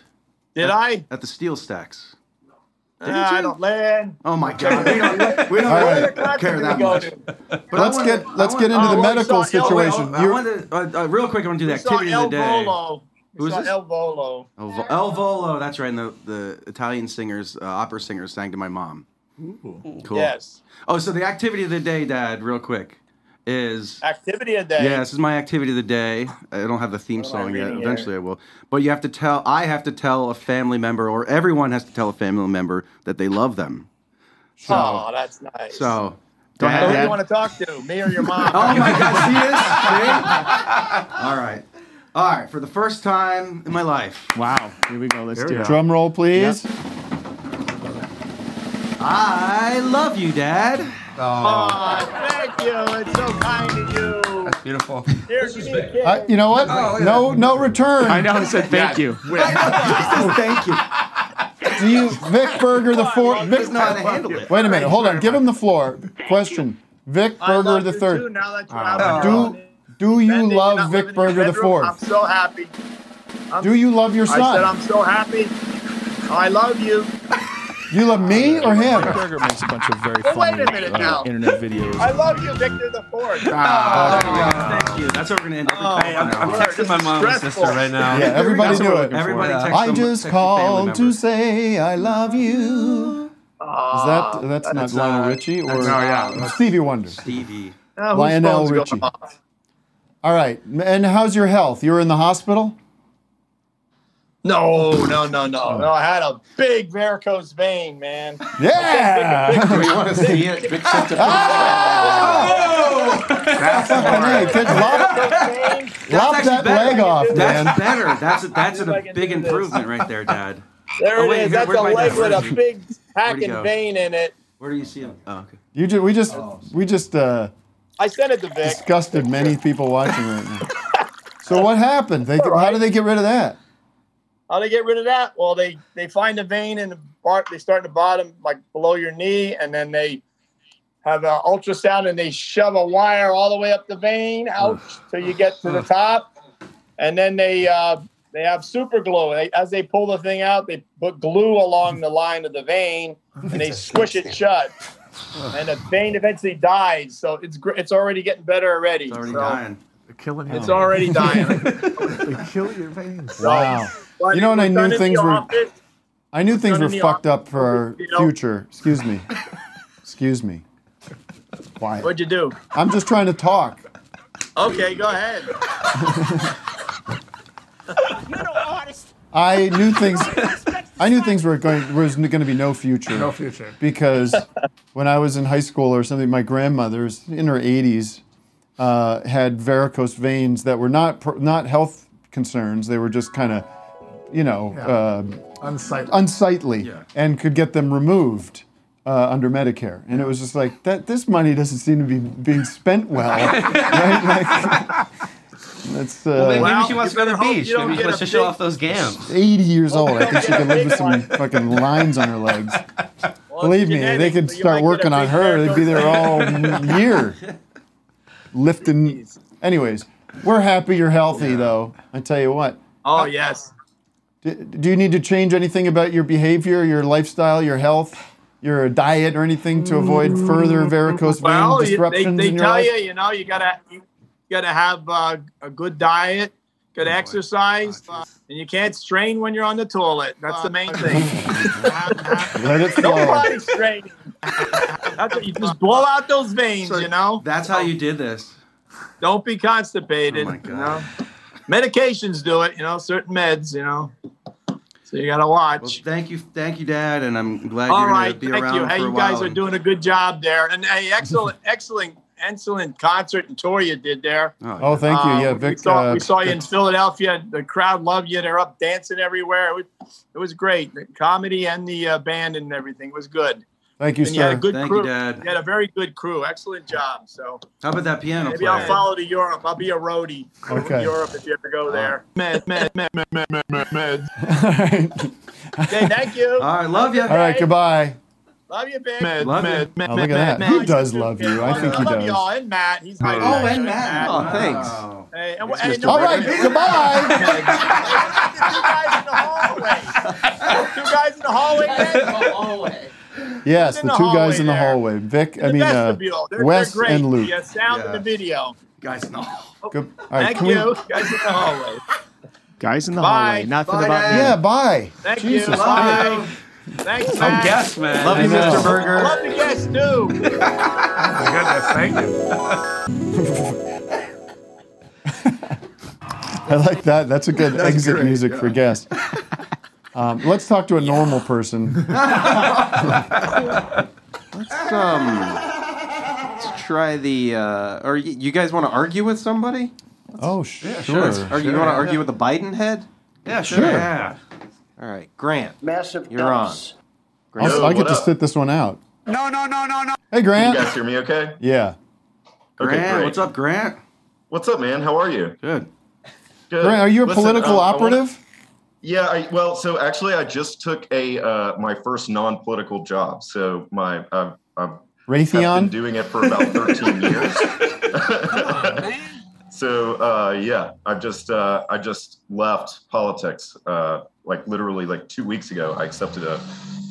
[SPEAKER 14] Did I? Uh,
[SPEAKER 4] At the Steel Stacks. Didn't
[SPEAKER 14] Nah, I
[SPEAKER 4] you?
[SPEAKER 14] don't land.
[SPEAKER 4] Oh my God, we don't, we don't
[SPEAKER 3] All
[SPEAKER 4] really
[SPEAKER 3] right.
[SPEAKER 4] care that
[SPEAKER 14] Go
[SPEAKER 4] much.
[SPEAKER 14] to.
[SPEAKER 4] But I
[SPEAKER 3] Let's
[SPEAKER 4] wanna-
[SPEAKER 3] get- let's
[SPEAKER 4] I
[SPEAKER 3] get into
[SPEAKER 4] oh,
[SPEAKER 3] the
[SPEAKER 4] well,
[SPEAKER 3] medical
[SPEAKER 4] we saw- oh, wait,
[SPEAKER 3] situation.
[SPEAKER 4] oh, I
[SPEAKER 3] You're-
[SPEAKER 4] wanted to- uh, uh, real quick, I want to do the
[SPEAKER 14] We saw
[SPEAKER 4] activity of
[SPEAKER 14] El
[SPEAKER 4] the day.
[SPEAKER 14] Volo.
[SPEAKER 4] Who
[SPEAKER 14] We
[SPEAKER 4] is
[SPEAKER 14] saw
[SPEAKER 4] this?
[SPEAKER 14] El Volo.
[SPEAKER 4] El, Vo- El Volo. That's right. And the, the Italian singers, uh, opera singers, sang to my mom. Cool.
[SPEAKER 14] Yes.
[SPEAKER 4] Oh, so the activity of the day, Dad, real quick, is
[SPEAKER 14] Activity of the day.
[SPEAKER 4] yeah, this is my activity of the day. I don't have the theme
[SPEAKER 14] What am I
[SPEAKER 4] song yet.
[SPEAKER 14] reading
[SPEAKER 4] Eventually, I will. But you have to tell. I have to tell a family member, or everyone has to tell a family member that they love them. So,
[SPEAKER 14] Oh, that's nice.
[SPEAKER 4] so
[SPEAKER 14] Who
[SPEAKER 4] don't
[SPEAKER 14] do you
[SPEAKER 4] have
[SPEAKER 14] want to talk to? Me or your mom?
[SPEAKER 4] Oh my God, see this? See? All right, all right. For the first time in my life,
[SPEAKER 6] Wow. Here we go. Let's
[SPEAKER 4] Here we
[SPEAKER 6] do
[SPEAKER 4] go.
[SPEAKER 6] it.
[SPEAKER 3] Drum roll, please.
[SPEAKER 4] I love you, Dad.
[SPEAKER 14] Aw, thank you. It's so kind of you.
[SPEAKER 5] Beautiful.
[SPEAKER 14] Here, give me a kiss.
[SPEAKER 3] I- you know what?
[SPEAKER 5] Oh, look at
[SPEAKER 3] no, no return.
[SPEAKER 6] I know. I said thank you.
[SPEAKER 4] Thank you.
[SPEAKER 3] Do you, Vic Berger the fourth? Vic,
[SPEAKER 4] Doesn't know how to handle it.
[SPEAKER 3] wait a minute. Hold on. Give him the floor. Question: Vic
[SPEAKER 14] I love
[SPEAKER 3] Berger
[SPEAKER 14] you
[SPEAKER 3] the
[SPEAKER 14] Too,
[SPEAKER 3] third.
[SPEAKER 14] now that you're out
[SPEAKER 3] Uh,
[SPEAKER 14] on your own.
[SPEAKER 3] Do do you
[SPEAKER 14] Brendan, you're not
[SPEAKER 3] love
[SPEAKER 14] living
[SPEAKER 3] Vic
[SPEAKER 14] in your
[SPEAKER 3] Berger the
[SPEAKER 14] bedroom. I'm
[SPEAKER 3] fourth?
[SPEAKER 14] so happy. I'm-
[SPEAKER 3] Do you love your
[SPEAKER 14] I said I'm
[SPEAKER 3] son?
[SPEAKER 14] so happy. I love you.
[SPEAKER 3] You love me or him?
[SPEAKER 15] Berger makes a bunch of very
[SPEAKER 14] Well, wait
[SPEAKER 15] funny
[SPEAKER 14] a minute
[SPEAKER 15] uh,
[SPEAKER 14] now.
[SPEAKER 15] internet videos.
[SPEAKER 14] I love you, Victor the Fourth.
[SPEAKER 5] Ah,
[SPEAKER 4] Thank you. That's what we're gonna end. every
[SPEAKER 5] Hey, I'm, I'm texting my mom and sister right now.
[SPEAKER 3] Yeah, everybody
[SPEAKER 4] That's what we're
[SPEAKER 3] do it.
[SPEAKER 4] looking for. Everybody text
[SPEAKER 3] I
[SPEAKER 4] them-
[SPEAKER 3] just
[SPEAKER 4] text your family
[SPEAKER 3] called to
[SPEAKER 4] members.
[SPEAKER 3] say I love you. Is that that's not
[SPEAKER 4] that's,
[SPEAKER 3] Lionel
[SPEAKER 4] uh,
[SPEAKER 3] Richie or Oh,
[SPEAKER 4] that's, uh,
[SPEAKER 3] Stevie Wonder?
[SPEAKER 4] Stevie.
[SPEAKER 3] Oh,
[SPEAKER 14] Now, Uh, whose
[SPEAKER 3] Lionel
[SPEAKER 14] phone's going
[SPEAKER 3] Richie.
[SPEAKER 14] off?
[SPEAKER 3] All right. And how's your health? You were in the hospital.
[SPEAKER 14] No, no, no, no, Oh, no. I had a big varicose vein, man.
[SPEAKER 3] Yeah.
[SPEAKER 4] We want to see it. Vic sent a picture.
[SPEAKER 14] Ah!
[SPEAKER 3] Hey, kid, lop,
[SPEAKER 14] Varicose vein.
[SPEAKER 3] lop
[SPEAKER 4] actually
[SPEAKER 3] that
[SPEAKER 4] better.
[SPEAKER 3] leg off, man.
[SPEAKER 4] That's better. That's a, that's
[SPEAKER 14] if I
[SPEAKER 4] a
[SPEAKER 14] can
[SPEAKER 4] big
[SPEAKER 14] do this.
[SPEAKER 4] improvement right there, Dad.
[SPEAKER 14] There
[SPEAKER 4] Oh,
[SPEAKER 14] it
[SPEAKER 4] wait,
[SPEAKER 14] is.
[SPEAKER 4] here-
[SPEAKER 14] That's
[SPEAKER 4] where's
[SPEAKER 14] a
[SPEAKER 4] my
[SPEAKER 14] leg with a
[SPEAKER 4] diversion?
[SPEAKER 14] big
[SPEAKER 4] Where'd he
[SPEAKER 14] hacking
[SPEAKER 4] go?
[SPEAKER 14] vein in it.
[SPEAKER 4] Where do you see him? Oh, okay.
[SPEAKER 3] You just, we just,
[SPEAKER 14] Oh,
[SPEAKER 3] we just uh,
[SPEAKER 14] I sent it to Vic.
[SPEAKER 3] disgusted many people watching right now. So what happened? They, How did they get rid of that?
[SPEAKER 14] How they get rid of that? Well, they they find a vein in the bar. They start in the bottom, like below your knee, and then they have an ultrasound and they shove a wire all the way up the vein out till you get to the top, and then they uh, they have super glue. They, as they pull the thing out, they put glue along the line of the vein
[SPEAKER 3] Oh,
[SPEAKER 14] and they squish it shut. And the vein eventually dies, so it's gr- it's already getting better already.
[SPEAKER 4] It's already
[SPEAKER 14] So
[SPEAKER 4] dying.
[SPEAKER 7] They're killing you.
[SPEAKER 14] It's already dying.
[SPEAKER 7] They kill your veins.
[SPEAKER 3] Wow.
[SPEAKER 14] But
[SPEAKER 3] You know, and I
[SPEAKER 14] it was
[SPEAKER 3] knew
[SPEAKER 14] done in the
[SPEAKER 3] things were-
[SPEAKER 14] office.
[SPEAKER 3] I knew things
[SPEAKER 14] Turn
[SPEAKER 3] were
[SPEAKER 14] me
[SPEAKER 3] fucked
[SPEAKER 14] off.
[SPEAKER 3] up for our
[SPEAKER 14] You know?
[SPEAKER 3] future. Excuse me. Excuse me. Quiet.
[SPEAKER 14] What'd you do?
[SPEAKER 3] I'm just trying to talk.
[SPEAKER 14] Okay, go ahead.
[SPEAKER 3] I knew things. I knew things were going was going to be no future.
[SPEAKER 7] No future.
[SPEAKER 3] because when I was in high school or something, my grandmother's in her 80s uh, had varicose veins that were not pr- not health concerns. They were just kind of, you know,
[SPEAKER 7] Yeah.
[SPEAKER 3] uh,
[SPEAKER 7] Unsightly.
[SPEAKER 3] unsightly
[SPEAKER 4] Yeah.
[SPEAKER 3] and could get them removed uh, under Medicare. And it was just like that. This money doesn't seem to be being spent well, right? Like, that's uh,
[SPEAKER 5] Well, maybe,
[SPEAKER 14] Well,
[SPEAKER 5] she wants to
[SPEAKER 14] you
[SPEAKER 5] go to
[SPEAKER 14] better
[SPEAKER 5] the
[SPEAKER 14] hope
[SPEAKER 5] beach.
[SPEAKER 14] you don't
[SPEAKER 5] Maybe she
[SPEAKER 14] get
[SPEAKER 5] wants
[SPEAKER 14] a
[SPEAKER 5] to show
[SPEAKER 14] big-
[SPEAKER 5] off those gams.
[SPEAKER 3] 80 years old. I
[SPEAKER 14] Well,
[SPEAKER 3] think she
[SPEAKER 14] yeah,
[SPEAKER 3] could live with
[SPEAKER 14] big
[SPEAKER 3] some
[SPEAKER 14] one.
[SPEAKER 3] fucking lines on her legs.
[SPEAKER 14] Well,
[SPEAKER 3] Believe
[SPEAKER 14] it's
[SPEAKER 3] me, they
[SPEAKER 14] genetic,
[SPEAKER 3] could
[SPEAKER 14] so you might
[SPEAKER 3] start
[SPEAKER 14] get a
[SPEAKER 3] working on
[SPEAKER 14] big
[SPEAKER 3] her. They'd be there
[SPEAKER 14] varicose
[SPEAKER 3] all year, lifting. Anyways, we're happy you're healthy, though. I tell you what.
[SPEAKER 14] Oh yes.
[SPEAKER 3] Do, do you need to change anything about your behavior, your lifestyle, your health, your diet, or anything to avoid further varicose vein
[SPEAKER 14] Well, you, they,
[SPEAKER 3] disruptions
[SPEAKER 14] they
[SPEAKER 3] in your
[SPEAKER 14] tell
[SPEAKER 3] life?
[SPEAKER 14] you, you know, you gotta you gotta have uh, a good diet,
[SPEAKER 4] Oh,
[SPEAKER 14] good exercise, uh, and you can't strain when you're on the toilet. That's the main thing.
[SPEAKER 3] Let it
[SPEAKER 14] no
[SPEAKER 3] flow.
[SPEAKER 14] body straining. That's what, you just blow out those veins,
[SPEAKER 4] So
[SPEAKER 14] you know.
[SPEAKER 4] That's how you did this.
[SPEAKER 14] Don't be constipated.
[SPEAKER 4] Oh, my God.
[SPEAKER 14] You know? Medications do it, you know, certain meds, you know. So you gotta watch.
[SPEAKER 4] Well, thank you, thank you, Dad, and I'm glad
[SPEAKER 14] All
[SPEAKER 4] you're
[SPEAKER 14] right,
[SPEAKER 4] gonna be
[SPEAKER 14] thank
[SPEAKER 4] around
[SPEAKER 14] you.
[SPEAKER 4] for
[SPEAKER 14] Hey,
[SPEAKER 4] a
[SPEAKER 14] you
[SPEAKER 4] while.
[SPEAKER 14] guys are
[SPEAKER 4] and-
[SPEAKER 14] doing a good job there, and hey, excellent, excellent excellent concert and tour you did there.
[SPEAKER 3] Oh, thank you. Yeah,
[SPEAKER 14] Uh, We
[SPEAKER 3] Vic.
[SPEAKER 14] saw,
[SPEAKER 3] uh,
[SPEAKER 14] we saw you in
[SPEAKER 3] Vic-
[SPEAKER 14] Philadelphia. The crowd loved you. They're up dancing everywhere. It was, it was great. The comedy and the uh, band and everything was good.
[SPEAKER 3] Thank you,
[SPEAKER 14] and You had a
[SPEAKER 3] sir.
[SPEAKER 14] good
[SPEAKER 3] Thank you,
[SPEAKER 14] crew.
[SPEAKER 3] Dad.
[SPEAKER 14] You had a very good crew. Excellent job. So
[SPEAKER 4] How about that piano
[SPEAKER 14] maybe
[SPEAKER 4] player?
[SPEAKER 14] I'll follow to Europe. I'll be a roadie for
[SPEAKER 3] Okay.
[SPEAKER 14] Europe if you ever
[SPEAKER 4] Oh.
[SPEAKER 14] go there. Med, med, med, med, med, med, med, med. Okay, thank you.
[SPEAKER 4] All right, love you.
[SPEAKER 3] All right, goodbye.
[SPEAKER 14] Love you, babe.
[SPEAKER 3] Love you. Oh, look at that. He does love you. I think he
[SPEAKER 14] love y'all
[SPEAKER 3] does.
[SPEAKER 14] and Matt. He's
[SPEAKER 3] Yeah.
[SPEAKER 14] my-
[SPEAKER 3] Oh, and
[SPEAKER 10] Matt. Oh, thanks.
[SPEAKER 14] Hey, and,
[SPEAKER 10] That's
[SPEAKER 14] hey,
[SPEAKER 10] Mr.
[SPEAKER 14] no-
[SPEAKER 10] All right,
[SPEAKER 3] goodbye.
[SPEAKER 14] two guys in the hallway. two guys in the hallway.
[SPEAKER 3] Yes,
[SPEAKER 14] in
[SPEAKER 3] the
[SPEAKER 14] the
[SPEAKER 3] two guys
[SPEAKER 14] hallway
[SPEAKER 3] in the
[SPEAKER 14] there.
[SPEAKER 3] hallway. Vic,
[SPEAKER 14] In
[SPEAKER 3] I
[SPEAKER 14] the
[SPEAKER 3] mean, uh,
[SPEAKER 14] vestibule. They're- they're
[SPEAKER 3] Wes
[SPEAKER 14] great.
[SPEAKER 3] and Luke.
[SPEAKER 14] Yeah, sound and the video.
[SPEAKER 4] Guys in the
[SPEAKER 3] Good. All right,
[SPEAKER 14] Thank
[SPEAKER 3] can we-
[SPEAKER 14] you. Guys in the hallway.
[SPEAKER 6] Guys in the
[SPEAKER 14] Bye.
[SPEAKER 6] hallway, not for
[SPEAKER 14] Bye,
[SPEAKER 6] the bottom.
[SPEAKER 3] Yeah, bye.
[SPEAKER 14] Thank
[SPEAKER 3] Jesus.
[SPEAKER 14] you. Bye. Thanks,
[SPEAKER 3] Some
[SPEAKER 14] Matt.
[SPEAKER 3] guests, man. Love you, I know. Mr. Berger.
[SPEAKER 14] I Love the guests too.
[SPEAKER 7] Oh thank you.
[SPEAKER 3] I like that. That's a good
[SPEAKER 7] That's
[SPEAKER 3] exit
[SPEAKER 7] great,
[SPEAKER 3] music for
[SPEAKER 7] yeah.
[SPEAKER 3] guests. Um, let's talk to a normal person.
[SPEAKER 10] Let's, um, let's try the. Uh, or y- you guys want to argue with somebody?
[SPEAKER 3] Oh, sh-
[SPEAKER 10] Yeah,
[SPEAKER 3] sure.
[SPEAKER 10] Or you want to argue with the Biden head?
[SPEAKER 5] Yeah,
[SPEAKER 3] sure. Sure. Yeah.
[SPEAKER 10] All right, Grant.
[SPEAKER 15] Massive.
[SPEAKER 10] You're on.
[SPEAKER 15] dumps.
[SPEAKER 10] Grant.
[SPEAKER 3] I'll- I get to sit this one out.
[SPEAKER 15] No, no, no, no, no.
[SPEAKER 3] Hey, Grant.
[SPEAKER 16] You guys hear me okay?
[SPEAKER 3] Yeah.
[SPEAKER 4] Grant,
[SPEAKER 16] great.
[SPEAKER 4] what's up, Grant?
[SPEAKER 16] What's up, man? How are you?
[SPEAKER 4] Good.
[SPEAKER 16] Good.
[SPEAKER 3] Grant, are you a
[SPEAKER 16] Listen,
[SPEAKER 3] political
[SPEAKER 16] um, I wanna-
[SPEAKER 3] operative?
[SPEAKER 16] yeah. I, well, so actually, I just took a uh, my first non-political job. So my I've, I've
[SPEAKER 3] Raytheon?
[SPEAKER 16] been doing it for about 13 years. so uh, yeah, I just uh, I just left politics uh, like literally like two weeks ago. I accepted a,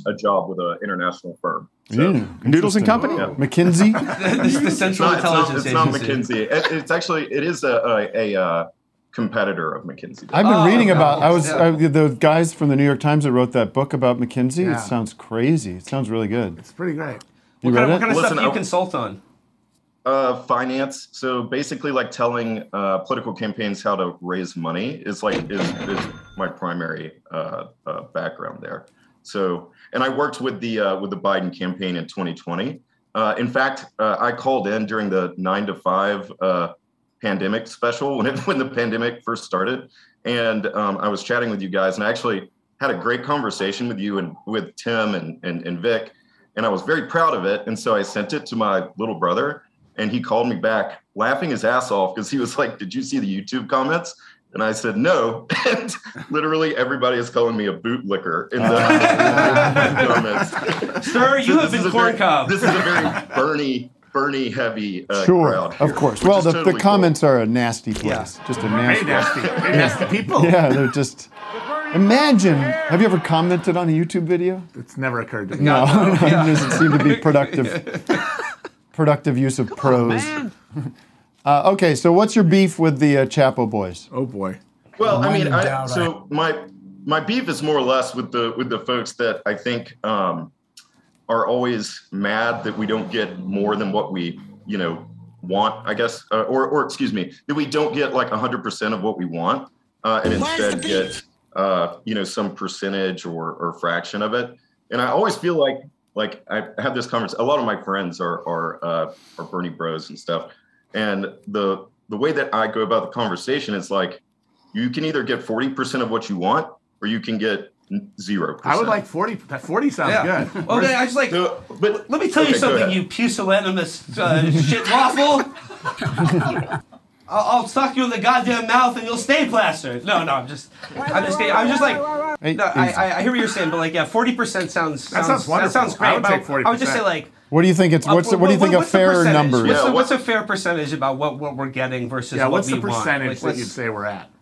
[SPEAKER 16] a job with an international firm.
[SPEAKER 3] Mm,
[SPEAKER 16] Noodles
[SPEAKER 3] interesting.
[SPEAKER 16] and Company?
[SPEAKER 3] McKinsey?
[SPEAKER 5] This is the Central
[SPEAKER 16] It's not-
[SPEAKER 5] Intelligence
[SPEAKER 16] it's not,
[SPEAKER 5] Agency.
[SPEAKER 16] McKinsey. It- it's actually it is a a, a uh, competitor of McKinsey.
[SPEAKER 3] I've
[SPEAKER 5] Oh,
[SPEAKER 3] been reading about. I was
[SPEAKER 16] Oh, yeah.
[SPEAKER 3] uh, the guys from the New York Times that wrote that book about McKinsey.
[SPEAKER 16] Yeah.
[SPEAKER 3] It sounds crazy. It sounds really good.
[SPEAKER 7] It's pretty great.
[SPEAKER 3] You read it?
[SPEAKER 5] consult on?
[SPEAKER 16] Uh, finance. So basically, like telling uh, political campaigns how to raise money is like is, is my primary uh, uh, background there. So, and I worked with the uh, with the Biden campaign in 2020. Uh, in fact, uh, I called in during the nine to five uh, pandemic special when it, when the pandemic first started, and um, I was chatting with you guys, and I actually had a great conversation with you and with Tim and and, and Vic, and I was very proud of it. And so I sent it to my little brother, and he called me back laughing his ass off because he was like, "Did you see the YouTube comments?" And I said, "No." And literally everybody is calling me a bootlicker in the comments.
[SPEAKER 5] Sir, you have
[SPEAKER 16] this is
[SPEAKER 5] been
[SPEAKER 16] a very-
[SPEAKER 5] corn cob.
[SPEAKER 16] This is a very Bernie, Bernie heavy uh,
[SPEAKER 3] sure,
[SPEAKER 16] crowd.
[SPEAKER 3] of course.
[SPEAKER 16] which
[SPEAKER 3] Well,
[SPEAKER 16] is
[SPEAKER 3] the,
[SPEAKER 16] totally
[SPEAKER 3] the
[SPEAKER 16] cool.
[SPEAKER 3] comments are a nasty place. Just a nasty.
[SPEAKER 7] Very nasty people.
[SPEAKER 3] Yeah, they're just. Imagine. Have you ever commented on a YouTube video?
[SPEAKER 7] It's never occurred to me.
[SPEAKER 3] No, it doesn't seem to be productive. productive use of prose. Uh, okay, so what's your beef with the uh, Chapo boys?
[SPEAKER 7] Oh boy.
[SPEAKER 16] Well, I
[SPEAKER 7] When
[SPEAKER 16] mean,
[SPEAKER 7] in
[SPEAKER 16] I,
[SPEAKER 7] doubt,
[SPEAKER 16] so my my beef is more or less with the with the folks that I think um, are always mad that we don't get more than what we you know want. I guess, uh, or or excuse me, that we don't get like hundred percent of what we want, uh, and instead get uh, you know some percentage or or fraction of it. And I always feel like like I have this conversation. A lot of my friends are are uh, are Bernie Bros and stuff, and the the way that I go about the conversation is like you can either get 40% of what you want or you can get n- zero
[SPEAKER 7] I would like 40. That 40 sounds
[SPEAKER 5] Yeah.
[SPEAKER 7] good.
[SPEAKER 5] Well, then I just like.
[SPEAKER 16] but,
[SPEAKER 5] let me tell you
[SPEAKER 7] okay, go
[SPEAKER 5] something,
[SPEAKER 7] ahead.
[SPEAKER 5] you pusillanimous uh, shit waffle. I'll, I'll suck you in the goddamn mouth and you'll stay plastered. No, no, I'm just, I'm just, kidding. I'm just like, no, I, I, I hear what you're saying, but like, yeah, 40 percent sounds,
[SPEAKER 7] That
[SPEAKER 5] sounds,
[SPEAKER 7] sounds wonderful.
[SPEAKER 5] That sounds great.
[SPEAKER 7] I would
[SPEAKER 5] but
[SPEAKER 7] take
[SPEAKER 5] I would just
[SPEAKER 7] 40%.
[SPEAKER 5] say like,
[SPEAKER 3] What do you think? It's
[SPEAKER 5] uh,
[SPEAKER 3] what's the- what do you think a
[SPEAKER 5] what's the
[SPEAKER 3] fair
[SPEAKER 5] percentage?
[SPEAKER 3] number?
[SPEAKER 5] What's,
[SPEAKER 3] is?
[SPEAKER 5] the, what's a fair percentage about what, what we're getting versus
[SPEAKER 16] Yeah,
[SPEAKER 5] what
[SPEAKER 16] what's
[SPEAKER 5] we
[SPEAKER 16] the
[SPEAKER 5] want?
[SPEAKER 16] percentage
[SPEAKER 5] Like,
[SPEAKER 16] that
[SPEAKER 5] what's-
[SPEAKER 16] you'd
[SPEAKER 7] say we're at.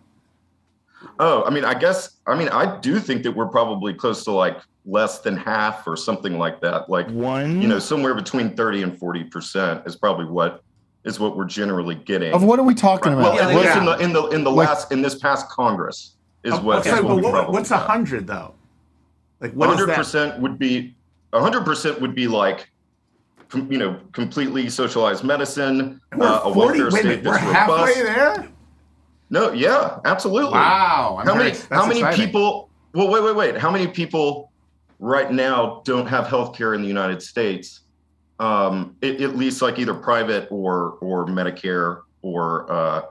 [SPEAKER 16] Oh, I mean, I guess, I mean, I do think that we're probably close to like less than half or something like that. Like one, you know, somewhere between 30 and 40% is probably what is what we're generally getting.
[SPEAKER 3] Of what are we talking
[SPEAKER 16] Well,
[SPEAKER 3] about?
[SPEAKER 16] at least in the, in the, in the
[SPEAKER 3] Like-
[SPEAKER 16] last, in this past Congress is what,
[SPEAKER 7] Oh, Okay,
[SPEAKER 16] is
[SPEAKER 7] but
[SPEAKER 16] what we
[SPEAKER 7] what-
[SPEAKER 16] probably
[SPEAKER 7] what's 100 though? Like what is
[SPEAKER 16] hundred
[SPEAKER 7] that?
[SPEAKER 16] percent would be hundred percent would be like com, you know completely socialized medicine, uh,
[SPEAKER 7] 40
[SPEAKER 16] a welfare
[SPEAKER 7] wait a
[SPEAKER 16] state
[SPEAKER 7] minute, we're
[SPEAKER 16] that's
[SPEAKER 7] halfway
[SPEAKER 16] robust.
[SPEAKER 7] there.
[SPEAKER 16] No, yeah, absolutely.
[SPEAKER 7] Wow, I'm
[SPEAKER 16] how
[SPEAKER 7] very-
[SPEAKER 16] many
[SPEAKER 7] that's
[SPEAKER 16] how many
[SPEAKER 7] exciting.
[SPEAKER 16] people? Well, wait, wait, wait. How many people right now don't have health care in the United States um, it, at least like either private or or Medicare or uh,
[SPEAKER 5] um,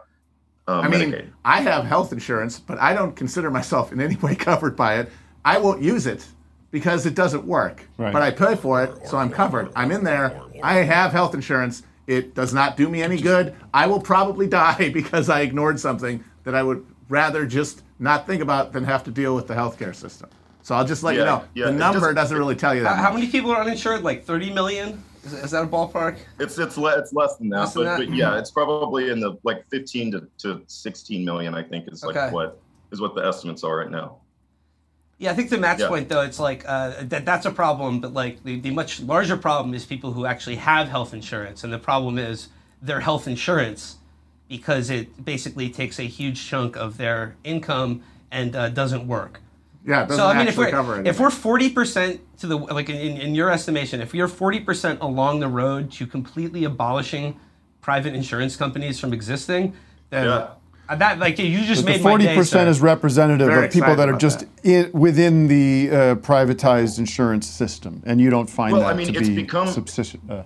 [SPEAKER 16] uh,
[SPEAKER 7] I mean,
[SPEAKER 16] Medicaid.
[SPEAKER 7] I have health insurance, but I don't consider myself in any way covered by it. I won't use it because it doesn't work.
[SPEAKER 16] Right.
[SPEAKER 7] But I pay for it, so I'm covered. I'm in there. I have health insurance. It does not do me any good. I will probably die because I ignored something that I would rather just not think about than have to deal with the healthcare system. So I'll just let you
[SPEAKER 5] Yeah,
[SPEAKER 7] know.
[SPEAKER 5] yeah,
[SPEAKER 7] the
[SPEAKER 5] it
[SPEAKER 7] number
[SPEAKER 5] doesn't-
[SPEAKER 7] doesn't really tell you
[SPEAKER 5] How,
[SPEAKER 7] that.
[SPEAKER 5] how many people are uninsured? Like 30 million? Is, is that a ballpark?
[SPEAKER 16] It's it's le- it's less than that,
[SPEAKER 5] Less
[SPEAKER 16] but,
[SPEAKER 5] than that?
[SPEAKER 16] but yeah, it's probably in the like 15 to, to 16 million. I think is like
[SPEAKER 5] Okay.
[SPEAKER 16] what is what the estimates are right now.
[SPEAKER 5] Yeah, I think to Matt's
[SPEAKER 16] Yeah.
[SPEAKER 5] point though, it's like uh, that that's a problem, but like the, the much larger problem is people who actually have health insurance, and the problem is their health insurance because it basically takes a huge chunk of their income and uh, doesn't work.
[SPEAKER 7] Yeah, it doesn't
[SPEAKER 5] so I mean, if
[SPEAKER 7] actually
[SPEAKER 5] we're
[SPEAKER 7] cover
[SPEAKER 5] if
[SPEAKER 7] anything.
[SPEAKER 5] we're forty percent to the like in, in in your estimation, if you're forty percent along the road to completely abolishing private insurance companies from existing, then uh, that like you just
[SPEAKER 3] But
[SPEAKER 5] made
[SPEAKER 3] the
[SPEAKER 5] my
[SPEAKER 3] forty
[SPEAKER 5] day, sir.
[SPEAKER 3] percent is representative
[SPEAKER 5] Very
[SPEAKER 3] of people
[SPEAKER 5] excited
[SPEAKER 3] that are
[SPEAKER 5] about
[SPEAKER 3] just in, within the uh, privatized insurance system, and you don't find
[SPEAKER 16] Well,
[SPEAKER 3] that
[SPEAKER 16] I mean,
[SPEAKER 3] to
[SPEAKER 16] it's
[SPEAKER 3] be
[SPEAKER 16] become-
[SPEAKER 3] subsist- uh,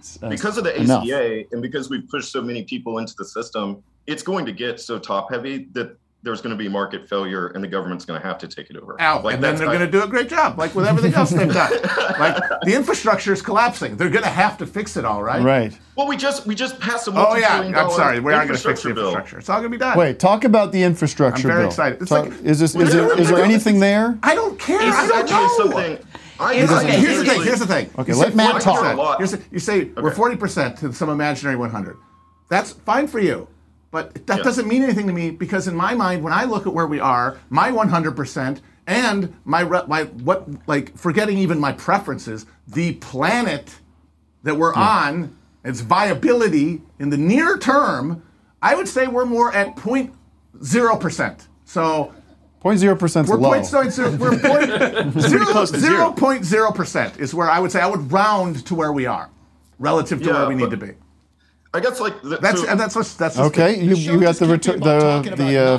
[SPEAKER 3] s- uh,
[SPEAKER 16] because of the
[SPEAKER 3] enough.
[SPEAKER 16] ACA and because we've pushed so many people into the system, it's going to get so top heavy that there's going to be market failure and the government's going to have to take it over.
[SPEAKER 7] out, and then
[SPEAKER 16] that's-
[SPEAKER 7] they're
[SPEAKER 16] I-
[SPEAKER 7] going to do a great job, like with everything else they've done. like the infrastructure is collapsing; they're going to have to fix it all, right?
[SPEAKER 3] Right.
[SPEAKER 16] Well, we just we just passed a
[SPEAKER 7] Oh yeah,
[SPEAKER 16] multi-trillion
[SPEAKER 7] I'm
[SPEAKER 16] dollar
[SPEAKER 7] sorry, we aren't going to fix the
[SPEAKER 16] infrastructure bill.
[SPEAKER 7] infrastructure. It's all going to be done.
[SPEAKER 3] Wait, talk about the infrastructure
[SPEAKER 7] I'm very
[SPEAKER 3] bill.
[SPEAKER 7] excited. It's
[SPEAKER 3] Talk-
[SPEAKER 7] like-
[SPEAKER 3] is this
[SPEAKER 7] Well,
[SPEAKER 3] is there, is there
[SPEAKER 7] it's-
[SPEAKER 3] anything there?
[SPEAKER 7] I don't care.
[SPEAKER 16] It's
[SPEAKER 7] I don't
[SPEAKER 16] actually
[SPEAKER 7] know.
[SPEAKER 16] something- I-
[SPEAKER 7] Here's,
[SPEAKER 16] I
[SPEAKER 7] the thing, here's the thing.
[SPEAKER 16] seriously-
[SPEAKER 7] Here's the thing.
[SPEAKER 16] Okay, let Matt talk.
[SPEAKER 7] You say, you say we're forty percent to some imaginary one hundred. That's fine for you, but that
[SPEAKER 16] Yeah.
[SPEAKER 7] doesn't mean anything to me because in my mind, when I look at where we are, my one hundred percent and my re- my what like forgetting even my preferences, the planet that we're on, its viability in the near term, I would say we're more at point zero percent. So
[SPEAKER 3] 0.0% is
[SPEAKER 7] we're
[SPEAKER 3] low.
[SPEAKER 7] point zero zero. We're point
[SPEAKER 3] pretty
[SPEAKER 7] zero
[SPEAKER 3] close to
[SPEAKER 7] zero point zero percent is where I would say I would round to where we are, relative to
[SPEAKER 16] Yeah,
[SPEAKER 7] where we need
[SPEAKER 16] but-
[SPEAKER 7] to be.
[SPEAKER 16] I guess like the,
[SPEAKER 7] That's
[SPEAKER 16] so-
[SPEAKER 7] and that's what's that's what's
[SPEAKER 3] okay,
[SPEAKER 7] the-
[SPEAKER 3] you, you got the return the the uh,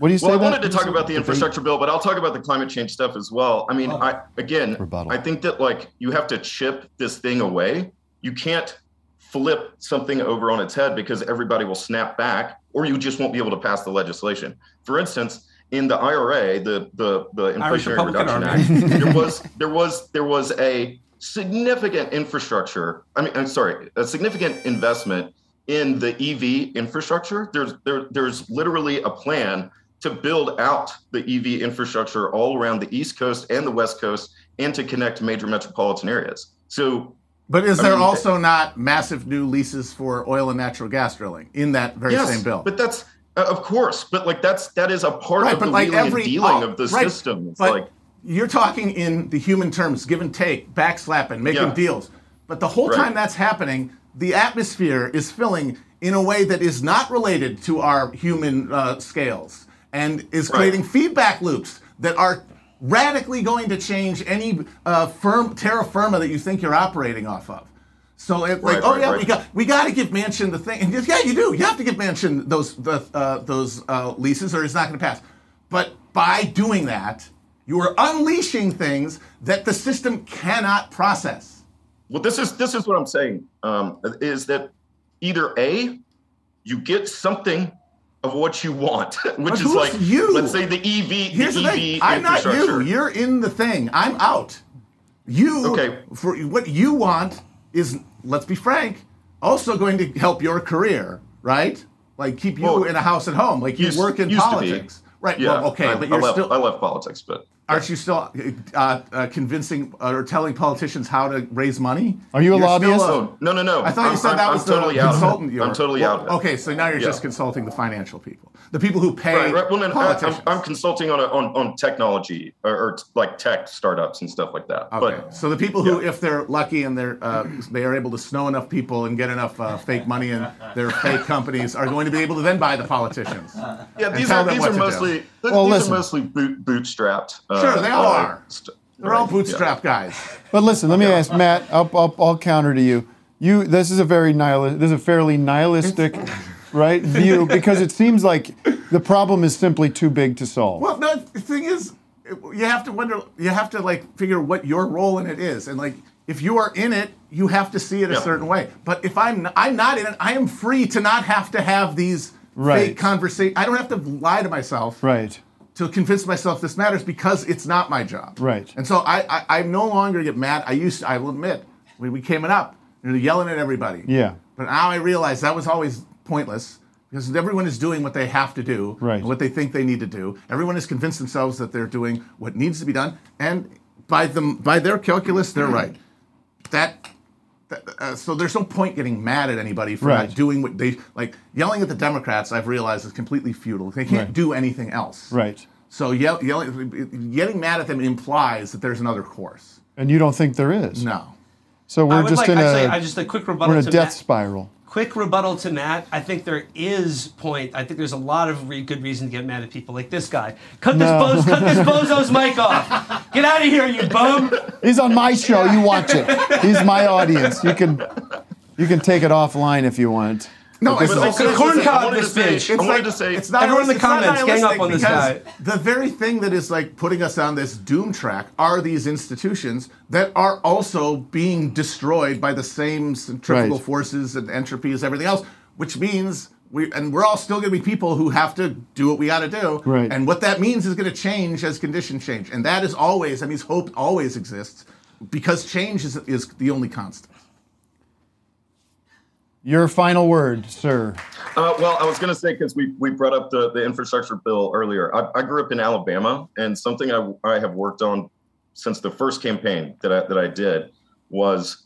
[SPEAKER 3] what do you say?
[SPEAKER 16] well, I
[SPEAKER 3] that-
[SPEAKER 16] wanted to talk about the infrastructure bill, but I'll talk about the climate change stuff as well. I mean,
[SPEAKER 3] Oh,
[SPEAKER 16] I again, I think that like you have to chip this thing away. You can't flip something over on its head because everybody will snap back, or you just won't be able to pass the legislation. For instance, in the IRA, the the the
[SPEAKER 5] Irish
[SPEAKER 16] Inflationary
[SPEAKER 5] Republican
[SPEAKER 16] Reduction
[SPEAKER 5] Army.
[SPEAKER 16] Act, there was there was there was a significant infrastructure. I mean, I'm sorry, a significant investment in the EV infrastructure. There's there there's literally a plan to build out the EV infrastructure all around the East Coast and the West Coast, and to connect major metropolitan areas. So,
[SPEAKER 7] But is
[SPEAKER 16] I
[SPEAKER 7] there
[SPEAKER 16] mean,
[SPEAKER 7] also not massive new leases for oil and natural gas drilling in that very
[SPEAKER 16] yes,
[SPEAKER 7] same bill?
[SPEAKER 16] But that's uh, of course, but like that's that is a part
[SPEAKER 7] right,
[SPEAKER 16] of the
[SPEAKER 7] but like
[SPEAKER 16] wheeling
[SPEAKER 7] every
[SPEAKER 16] and dealing
[SPEAKER 7] oh,
[SPEAKER 16] of the
[SPEAKER 7] right,
[SPEAKER 16] system. It's
[SPEAKER 7] but
[SPEAKER 16] like
[SPEAKER 7] you're talking in the human terms, give and take, backslapping, making
[SPEAKER 16] Yeah.
[SPEAKER 7] deals. But the whole
[SPEAKER 16] Right.
[SPEAKER 7] time that's happening, the atmosphere is filling in a way that is not related to our human uh, scales and is
[SPEAKER 16] Right.
[SPEAKER 7] creating feedback loops that are radically going to change any uh, firm terra firma that you think you're operating off of. So it's like,
[SPEAKER 16] Right,
[SPEAKER 7] oh
[SPEAKER 16] right,
[SPEAKER 7] yeah,
[SPEAKER 16] right.
[SPEAKER 7] we got we got to give Mansion the thing. And yes, yeah, you do. You have to give Mansion those the, uh, those uh, leases, or it's not going to pass. But by doing that, you are unleashing things that the system cannot process.
[SPEAKER 16] Well, this is this is what I'm saying um, is that either a you get something of what you want, which is
[SPEAKER 7] who's
[SPEAKER 16] like
[SPEAKER 7] you?
[SPEAKER 16] let's say the EV.
[SPEAKER 7] Here's
[SPEAKER 16] the,
[SPEAKER 7] the
[SPEAKER 16] EV
[SPEAKER 7] thing: I'm not you.
[SPEAKER 16] infrastructure.
[SPEAKER 7] You're in the thing. I'm out. You okay? For what you want is, let's be frank, also going to help your career, right? Like keep you in a house at home. Like you
[SPEAKER 16] Used-
[SPEAKER 7] work in
[SPEAKER 16] used to be.
[SPEAKER 7] politics, right?
[SPEAKER 16] Yeah,
[SPEAKER 7] well, okay,
[SPEAKER 16] I-
[SPEAKER 7] but
[SPEAKER 16] I
[SPEAKER 7] you're
[SPEAKER 16] left,
[SPEAKER 7] still
[SPEAKER 16] I left politics, but
[SPEAKER 7] Aren't you still uh, uh, convincing uh, or telling politicians how to raise money?
[SPEAKER 3] Are you a
[SPEAKER 7] You're still
[SPEAKER 3] lobbyist?
[SPEAKER 16] Oh, no, no, no.
[SPEAKER 7] I thought
[SPEAKER 16] I'm-
[SPEAKER 7] you said
[SPEAKER 16] I'm-
[SPEAKER 7] that
[SPEAKER 16] I'm
[SPEAKER 7] was
[SPEAKER 16] totally
[SPEAKER 7] the
[SPEAKER 16] out of it.
[SPEAKER 7] consultant. you
[SPEAKER 16] I'm
[SPEAKER 7] were-
[SPEAKER 16] totally out of it.
[SPEAKER 7] Okay, so now you're
[SPEAKER 16] Yeah.
[SPEAKER 7] just consulting the financial people, the people who pay.
[SPEAKER 16] right, right. Well, then I,
[SPEAKER 7] politicians.
[SPEAKER 16] I'm, I'm consulting on a, on on technology or, or like tech startups and stuff like that.
[SPEAKER 7] Okay.
[SPEAKER 16] But
[SPEAKER 7] so the people who, if they're lucky and they're uh, they are able to snow enough people and get enough uh, fake money in their fake companies, are going to be able to then buy the politicians.
[SPEAKER 16] yeah,
[SPEAKER 7] and
[SPEAKER 16] these
[SPEAKER 7] tell
[SPEAKER 16] are
[SPEAKER 7] them
[SPEAKER 16] these
[SPEAKER 7] what
[SPEAKER 16] are
[SPEAKER 7] to do.
[SPEAKER 16] mostly th-
[SPEAKER 7] Well,
[SPEAKER 16] these
[SPEAKER 7] listen.
[SPEAKER 16] are mostly boot, bootstrapped.
[SPEAKER 7] Sure, they all are.
[SPEAKER 16] Uh, st-
[SPEAKER 7] They're all
[SPEAKER 16] right, yeah.
[SPEAKER 7] bootstrap guys.
[SPEAKER 3] But listen, let me ask Matt. I'll, I'll, I'll counter to you. You, this is a very nihilist. This is a fairly nihilistic, right view because it seems like the problem is simply too big to solve.
[SPEAKER 7] Well, no, the thing is, you have to wonder, you have to like figure what your role in it is, and like If you are in it, you have to see it a
[SPEAKER 16] Yeah.
[SPEAKER 7] certain way. But if I'm I'm not in it, I am free to not have to have these
[SPEAKER 3] Right.
[SPEAKER 7] fake conversations. I don't have to lie to myself
[SPEAKER 3] Right.
[SPEAKER 7] to convince myself this matters because it's not my job.
[SPEAKER 3] Right.
[SPEAKER 7] And so I, I I no longer get mad. I used to, I will admit when we came up, you're yelling at everybody.
[SPEAKER 3] Yeah.
[SPEAKER 7] But now I realize that was always pointless because everyone is doing what they have to do,
[SPEAKER 3] Right.
[SPEAKER 7] and what they think they need to do. Everyone has convinced themselves that they're doing what needs to be done, and by them by their calculus, they're right. That. that- Uh, so there's no point getting mad at anybody for
[SPEAKER 3] Right.
[SPEAKER 7] not doing what they like. Yelling at the Democrats, I've realized, is completely futile. They can't
[SPEAKER 3] Right.
[SPEAKER 7] do anything else.
[SPEAKER 3] Right.
[SPEAKER 7] So yell, yelling, getting mad at them implies that there's another course.
[SPEAKER 3] And you don't think there is?
[SPEAKER 7] No.
[SPEAKER 3] So
[SPEAKER 5] I
[SPEAKER 3] we're
[SPEAKER 5] would
[SPEAKER 3] just
[SPEAKER 5] like-
[SPEAKER 3] in
[SPEAKER 5] actually,
[SPEAKER 3] a
[SPEAKER 5] I just- a quick rebuttal
[SPEAKER 3] We're in a
[SPEAKER 5] to
[SPEAKER 3] death
[SPEAKER 5] Matt.
[SPEAKER 3] spiral.
[SPEAKER 5] Quick rebuttal to Matt. I think there is point. I think there's a lot of re- good reason to get mad at people like this guy. Cut
[SPEAKER 3] No.
[SPEAKER 5] this bozo, cut this bozo's mic off. Get out of here, you bum.
[SPEAKER 3] He's on my show. You watch it. He's my audience. You can you can take it offline if you want.
[SPEAKER 7] No,
[SPEAKER 3] But
[SPEAKER 7] it's
[SPEAKER 3] this
[SPEAKER 7] like
[SPEAKER 3] is-
[SPEAKER 7] a
[SPEAKER 5] corn cob
[SPEAKER 7] I wanted
[SPEAKER 5] this
[SPEAKER 7] to say-
[SPEAKER 5] bitch.
[SPEAKER 7] It's
[SPEAKER 5] I wanted
[SPEAKER 7] like-
[SPEAKER 5] to say-
[SPEAKER 7] it's not
[SPEAKER 5] Everyone in the
[SPEAKER 7] it's not
[SPEAKER 5] comments, gang up
[SPEAKER 7] nihilistic
[SPEAKER 5] on this
[SPEAKER 7] because
[SPEAKER 5] guy.
[SPEAKER 7] The very thing that is like putting us on this doom track are these institutions that are also being destroyed by the same centrifugal
[SPEAKER 3] Right.
[SPEAKER 7] forces and entropies, everything else, which means. We, and we're all still going to be people who have to do what we got to do.
[SPEAKER 3] Right.
[SPEAKER 7] And what that means is going to change as conditions change. And that is always, that means hope always exists because change is, is the only constant.
[SPEAKER 3] Your final word, sir.
[SPEAKER 16] Uh, well, I was going to say because we, we brought up the, the infrastructure bill earlier. I, I grew up in Alabama, and something I, I have worked on since the first campaign that I, that I did was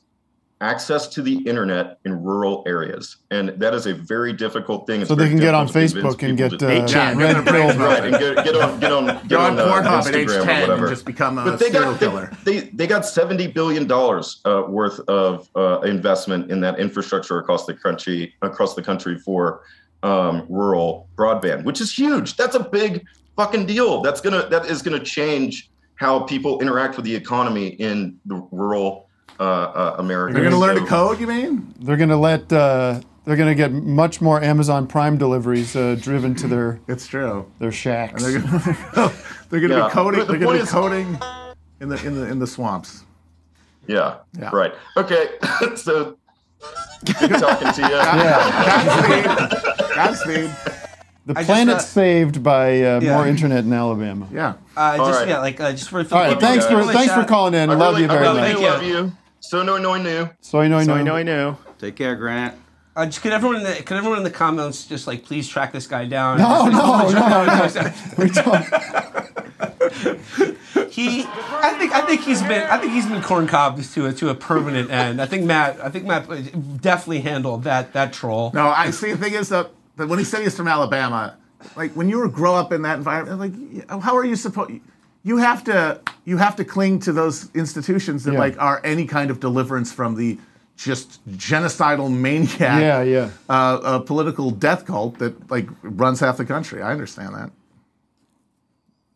[SPEAKER 16] access to the internet in rural areas, and that is a very difficult thing. It's
[SPEAKER 3] So they
[SPEAKER 16] very
[SPEAKER 3] can get on
[SPEAKER 16] difficult to
[SPEAKER 3] Facebook and
[SPEAKER 16] convince
[SPEAKER 3] get,
[SPEAKER 16] people to-
[SPEAKER 3] uh, Yeah, red they're gonna pill.
[SPEAKER 16] right? And get, get on get on get
[SPEAKER 7] Go on
[SPEAKER 16] uh,
[SPEAKER 7] Pornhub at
[SPEAKER 16] Instagram
[SPEAKER 7] age
[SPEAKER 16] or
[SPEAKER 7] 10 and
[SPEAKER 16] whatever.
[SPEAKER 7] just become a
[SPEAKER 16] But they
[SPEAKER 7] serial
[SPEAKER 16] got, they-
[SPEAKER 7] killer.
[SPEAKER 16] They, they got seventy billion dollars uh, worth of uh, investment in that infrastructure across the country across the country for um, rural broadband, which is huge. That's a big fucking deal. That's gonna that is gonna change how people interact with the economy in the rural uh, uh, America.
[SPEAKER 7] They're going to learn to
[SPEAKER 16] So-
[SPEAKER 7] code, you mean?
[SPEAKER 3] They're gonna let uh, they're gonna get much more Amazon Prime deliveries uh, driven to their
[SPEAKER 7] it's true
[SPEAKER 3] their shacks.
[SPEAKER 7] And they're gonna, they're gonna
[SPEAKER 16] Yeah.
[SPEAKER 7] be coding.
[SPEAKER 16] But the
[SPEAKER 7] They're gonna
[SPEAKER 16] point
[SPEAKER 7] be
[SPEAKER 16] is-
[SPEAKER 7] coding in the in the in the swamps.
[SPEAKER 16] Yeah,
[SPEAKER 7] Yeah.
[SPEAKER 16] Right. Okay. so good talking to you.
[SPEAKER 7] Godspeed.
[SPEAKER 3] The
[SPEAKER 5] I just,
[SPEAKER 3] planet's
[SPEAKER 5] uh,
[SPEAKER 3] saved by uh,
[SPEAKER 5] Yeah.
[SPEAKER 3] more internet in Alabama.
[SPEAKER 7] Yeah.
[SPEAKER 5] Uh,
[SPEAKER 16] All
[SPEAKER 5] just
[SPEAKER 16] right.
[SPEAKER 5] yeah, like uh, just for.
[SPEAKER 3] All right, thanks for thanks for calling in.
[SPEAKER 16] I
[SPEAKER 3] love
[SPEAKER 16] really-
[SPEAKER 3] you very
[SPEAKER 16] I really
[SPEAKER 3] much.
[SPEAKER 16] do love you. So no, no, no.
[SPEAKER 3] Soy no
[SPEAKER 16] Soy
[SPEAKER 3] no.
[SPEAKER 16] noi
[SPEAKER 6] no.
[SPEAKER 4] Take care, Grant.
[SPEAKER 5] Uh, just, could everyone in the could everyone in the comments just like please track this guy down?
[SPEAKER 3] No, no,
[SPEAKER 5] no, no. He, I think, I think he's been, I think he's been corn cobbed to a to a permanent end. I think Matt, I think Matt definitely handled that that troll.
[SPEAKER 7] No, I see. The thing is that, that when he said he's from Alabama, like when you were grow up in that environment, like how are you supposed? You have to you have to cling to those institutions that
[SPEAKER 3] Yeah.
[SPEAKER 7] like are any kind of deliverance from the just genocidal maniac,
[SPEAKER 3] Yeah, yeah.
[SPEAKER 7] Uh, uh, political death cult that like runs half the country. I understand that.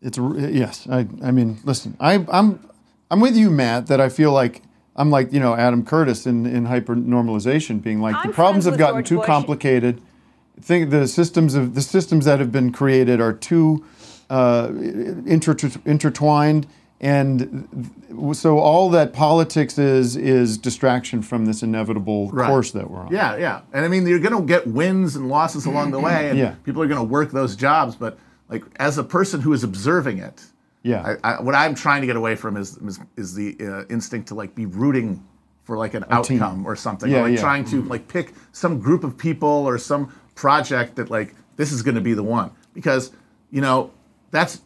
[SPEAKER 3] It's r- uh, yes. I I mean, listen. I I'm I'm with you, Matt. That I feel like I'm like you know Adam Curtis in in hypernormalization, being like the problems have gotten too complicated. Think the systems of the systems that have been created are too uh, inter- intertwined, and th- so all that politics is is distraction from this inevitable
[SPEAKER 7] Right.
[SPEAKER 3] course that we're on.
[SPEAKER 7] Yeah, yeah. And I mean, you're going to get wins and losses along the way, and
[SPEAKER 3] Yeah.
[SPEAKER 7] people are going to work those jobs. But like, as a person who is observing it,
[SPEAKER 3] Yeah.
[SPEAKER 7] I, I, what I'm trying to get away from is is, is the uh, instinct to like be rooting for like an
[SPEAKER 3] A team.
[SPEAKER 7] outcome or something,
[SPEAKER 3] Yeah,
[SPEAKER 7] or like
[SPEAKER 3] yeah.
[SPEAKER 7] trying to like pick some group of people or some project that like this is going to be the one because you know that's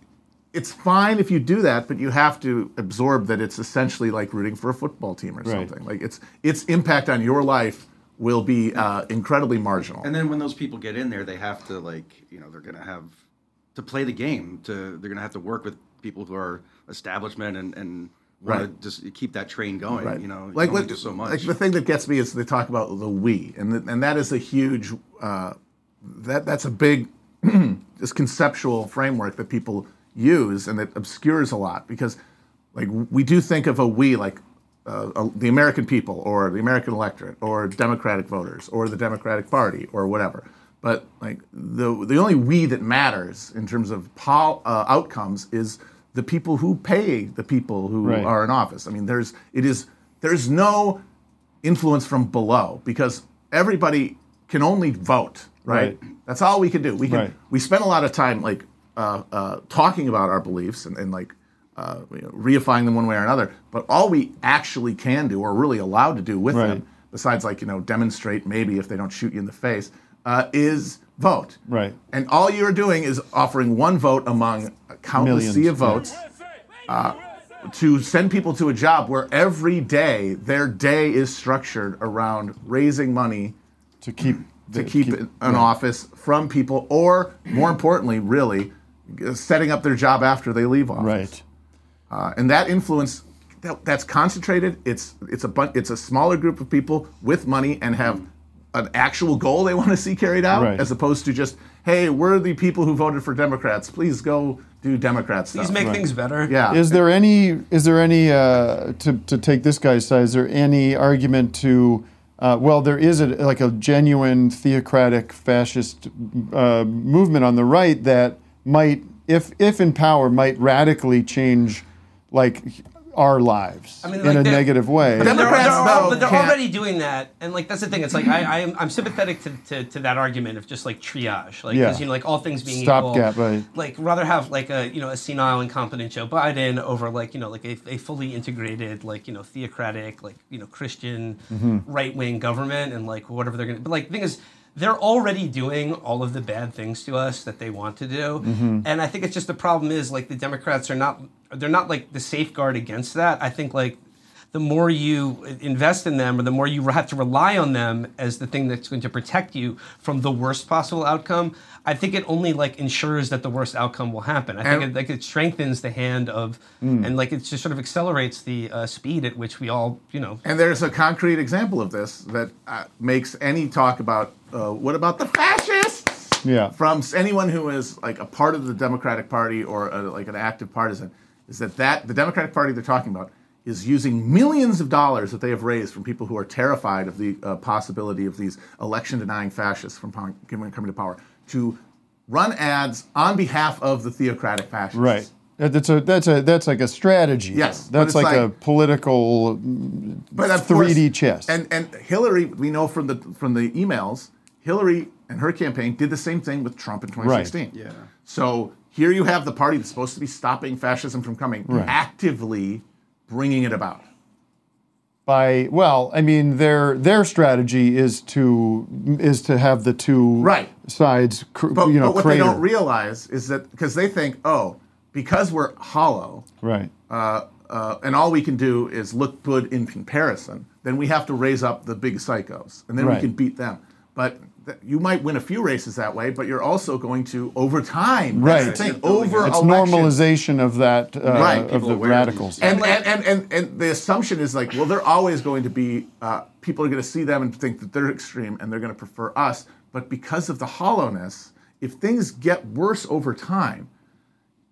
[SPEAKER 7] it's fine if you do that, but you have to absorb that it's essentially like rooting for a football team or
[SPEAKER 3] Right.
[SPEAKER 7] something. Like it's its impact on your life will be uh, incredibly marginal.
[SPEAKER 4] And then when those people get in there, they have to like you know they're gonna have to play the game. To they're gonna have to work with people who are establishment and and want
[SPEAKER 7] Right.
[SPEAKER 4] to just keep that train going.
[SPEAKER 7] Right.
[SPEAKER 4] You know, you
[SPEAKER 7] like
[SPEAKER 4] can only
[SPEAKER 7] what-
[SPEAKER 4] do so much.
[SPEAKER 7] Like the thing that gets me is they talk about the we, and th- and that is a huge uh, that that's a big this conceptual framework that people use and that obscures a lot because like we do think of a we like. Uh, uh, the American people, or the American electorate, or Democratic voters, or the Democratic Party, or whatever. But like the the only we that matters in terms of pol- uh, outcomes is the people who pay the people who
[SPEAKER 3] Right.
[SPEAKER 7] are in office. I mean, there's it is There's no influence from below because everybody can only vote, right? That's all we can do. We can
[SPEAKER 3] Right.
[SPEAKER 7] we spend a lot of time like uh, uh, talking about our beliefs and, and like uh, you know, reifying them one way or another. But all we actually can do, or really allowed to do with them, besides like you know demonstrate maybe if they don't shoot you in the face, uh, is vote.
[SPEAKER 3] Right.
[SPEAKER 7] And all you're doing is offering one vote among a countless
[SPEAKER 3] Millions,
[SPEAKER 7] sea of
[SPEAKER 3] yeah.
[SPEAKER 7] votes uh, to send people to a job where every day their day is structured around raising money
[SPEAKER 3] to keep
[SPEAKER 7] to
[SPEAKER 3] the-
[SPEAKER 7] keep,
[SPEAKER 3] keep-
[SPEAKER 7] an
[SPEAKER 3] yeah.
[SPEAKER 7] office from people, or more importantly, really g- setting up their job after they leave office. Right. Uh, and that influence that, that's concentrated. It's it's a bun- it's a smaller group of people with money and have an actual goal they want to see carried out,
[SPEAKER 3] Right.
[SPEAKER 7] as opposed to just hey, we're the people who voted for Democrats. Please go do Democrat stuff.
[SPEAKER 5] Please make things better.
[SPEAKER 7] Yeah.
[SPEAKER 3] Is there any? Is there any? Uh, to to take this guy's side, is there any argument to? Uh, well, there is a like a genuine theocratic fascist uh, movement on the right that might, if if in power, might radically change, like our lives
[SPEAKER 5] I mean,
[SPEAKER 3] in
[SPEAKER 5] like,
[SPEAKER 3] a
[SPEAKER 5] they're-
[SPEAKER 3] negative way.
[SPEAKER 5] But they're, they're,
[SPEAKER 7] though,
[SPEAKER 5] al- but they're
[SPEAKER 7] can't-
[SPEAKER 5] already doing that, and like that's the thing. It's like I, I am, I'm sympathetic to, to, to that argument of just like triage, like
[SPEAKER 3] Yeah.
[SPEAKER 5] because you know, like all things being
[SPEAKER 3] Stopgap,
[SPEAKER 5] equal,
[SPEAKER 3] right.
[SPEAKER 5] like rather have like a you know a senile, incompetent Joe Biden over like you know like a, a fully integrated like you know theocratic like you know Christian
[SPEAKER 3] Mm-hmm.
[SPEAKER 15] Mhm.
[SPEAKER 5] right wing government and like whatever they're gonna. But like the thing is. They're already doing all of the bad things to us that they want to do,
[SPEAKER 3] Mm-hmm.
[SPEAKER 15] Mhm.
[SPEAKER 5] and I think it's just the problem is like the Democrats are not they're not like the safeguard against that. I think like the more you invest in them or the more you have to rely on them as the thing that's going to protect you from the worst possible outcome i think it only like ensures that the worst outcome will happen i think
[SPEAKER 15] And-
[SPEAKER 5] it, like it strengthens the hand of
[SPEAKER 7] Mm.
[SPEAKER 5] and like it just sort of accelerates the uh, speed at which we all you know
[SPEAKER 7] And there's a concrete example of this that uh, makes any talk about uh, what about the fascists
[SPEAKER 3] Yeah.
[SPEAKER 7] from s- anyone who is like a part of the Democratic Party or a, like an active partisan is that that the Democratic Party they're talking about is using millions of dollars that they have raised from people who are terrified of the uh, possibility of these election-denying fascists from pow- coming coming to power to run ads on behalf of the theocratic fascists.
[SPEAKER 3] Right. That- That's a that's a that's like a strategy.
[SPEAKER 7] Yes, but
[SPEAKER 3] That's
[SPEAKER 7] it's
[SPEAKER 3] like,
[SPEAKER 7] like-
[SPEAKER 3] a political mm, 3D
[SPEAKER 7] course-
[SPEAKER 3] chess.
[SPEAKER 7] And and Hillary, we know from the from the emails, Hillary and her campaign did the same thing with Trump in 2016.
[SPEAKER 4] Yeah.
[SPEAKER 7] So here you have the party that's supposed to be stopping fascism from coming,
[SPEAKER 3] Right.
[SPEAKER 7] actively bringing it about.
[SPEAKER 3] by well, I mean their their strategy is to is to have the two
[SPEAKER 7] Right.
[SPEAKER 3] sides, cr-
[SPEAKER 7] But,
[SPEAKER 3] you know,
[SPEAKER 7] but what
[SPEAKER 3] crater.
[SPEAKER 7] they don't realize is that because they think, oh, because we're hollow,
[SPEAKER 3] right.
[SPEAKER 7] uh, uh, and all we can do is look good in comparison, then we have to raise up the big psychos, and then
[SPEAKER 3] Right.
[SPEAKER 7] we can beat them. But th- you might win a few races that way, but you're also going to over time.
[SPEAKER 3] Right.
[SPEAKER 7] That's the thing. Over
[SPEAKER 3] it's
[SPEAKER 7] election.
[SPEAKER 3] normalization of that uh,
[SPEAKER 7] Right.
[SPEAKER 3] of
[SPEAKER 7] People
[SPEAKER 3] the
[SPEAKER 7] aware
[SPEAKER 4] of
[SPEAKER 3] radicals.
[SPEAKER 7] And, and, and, and, and the assumption is like, well, they're always going to be, uh, people are going to see them and think that they're extreme and they're going to prefer us. But because of the hollowness, if things get worse over time,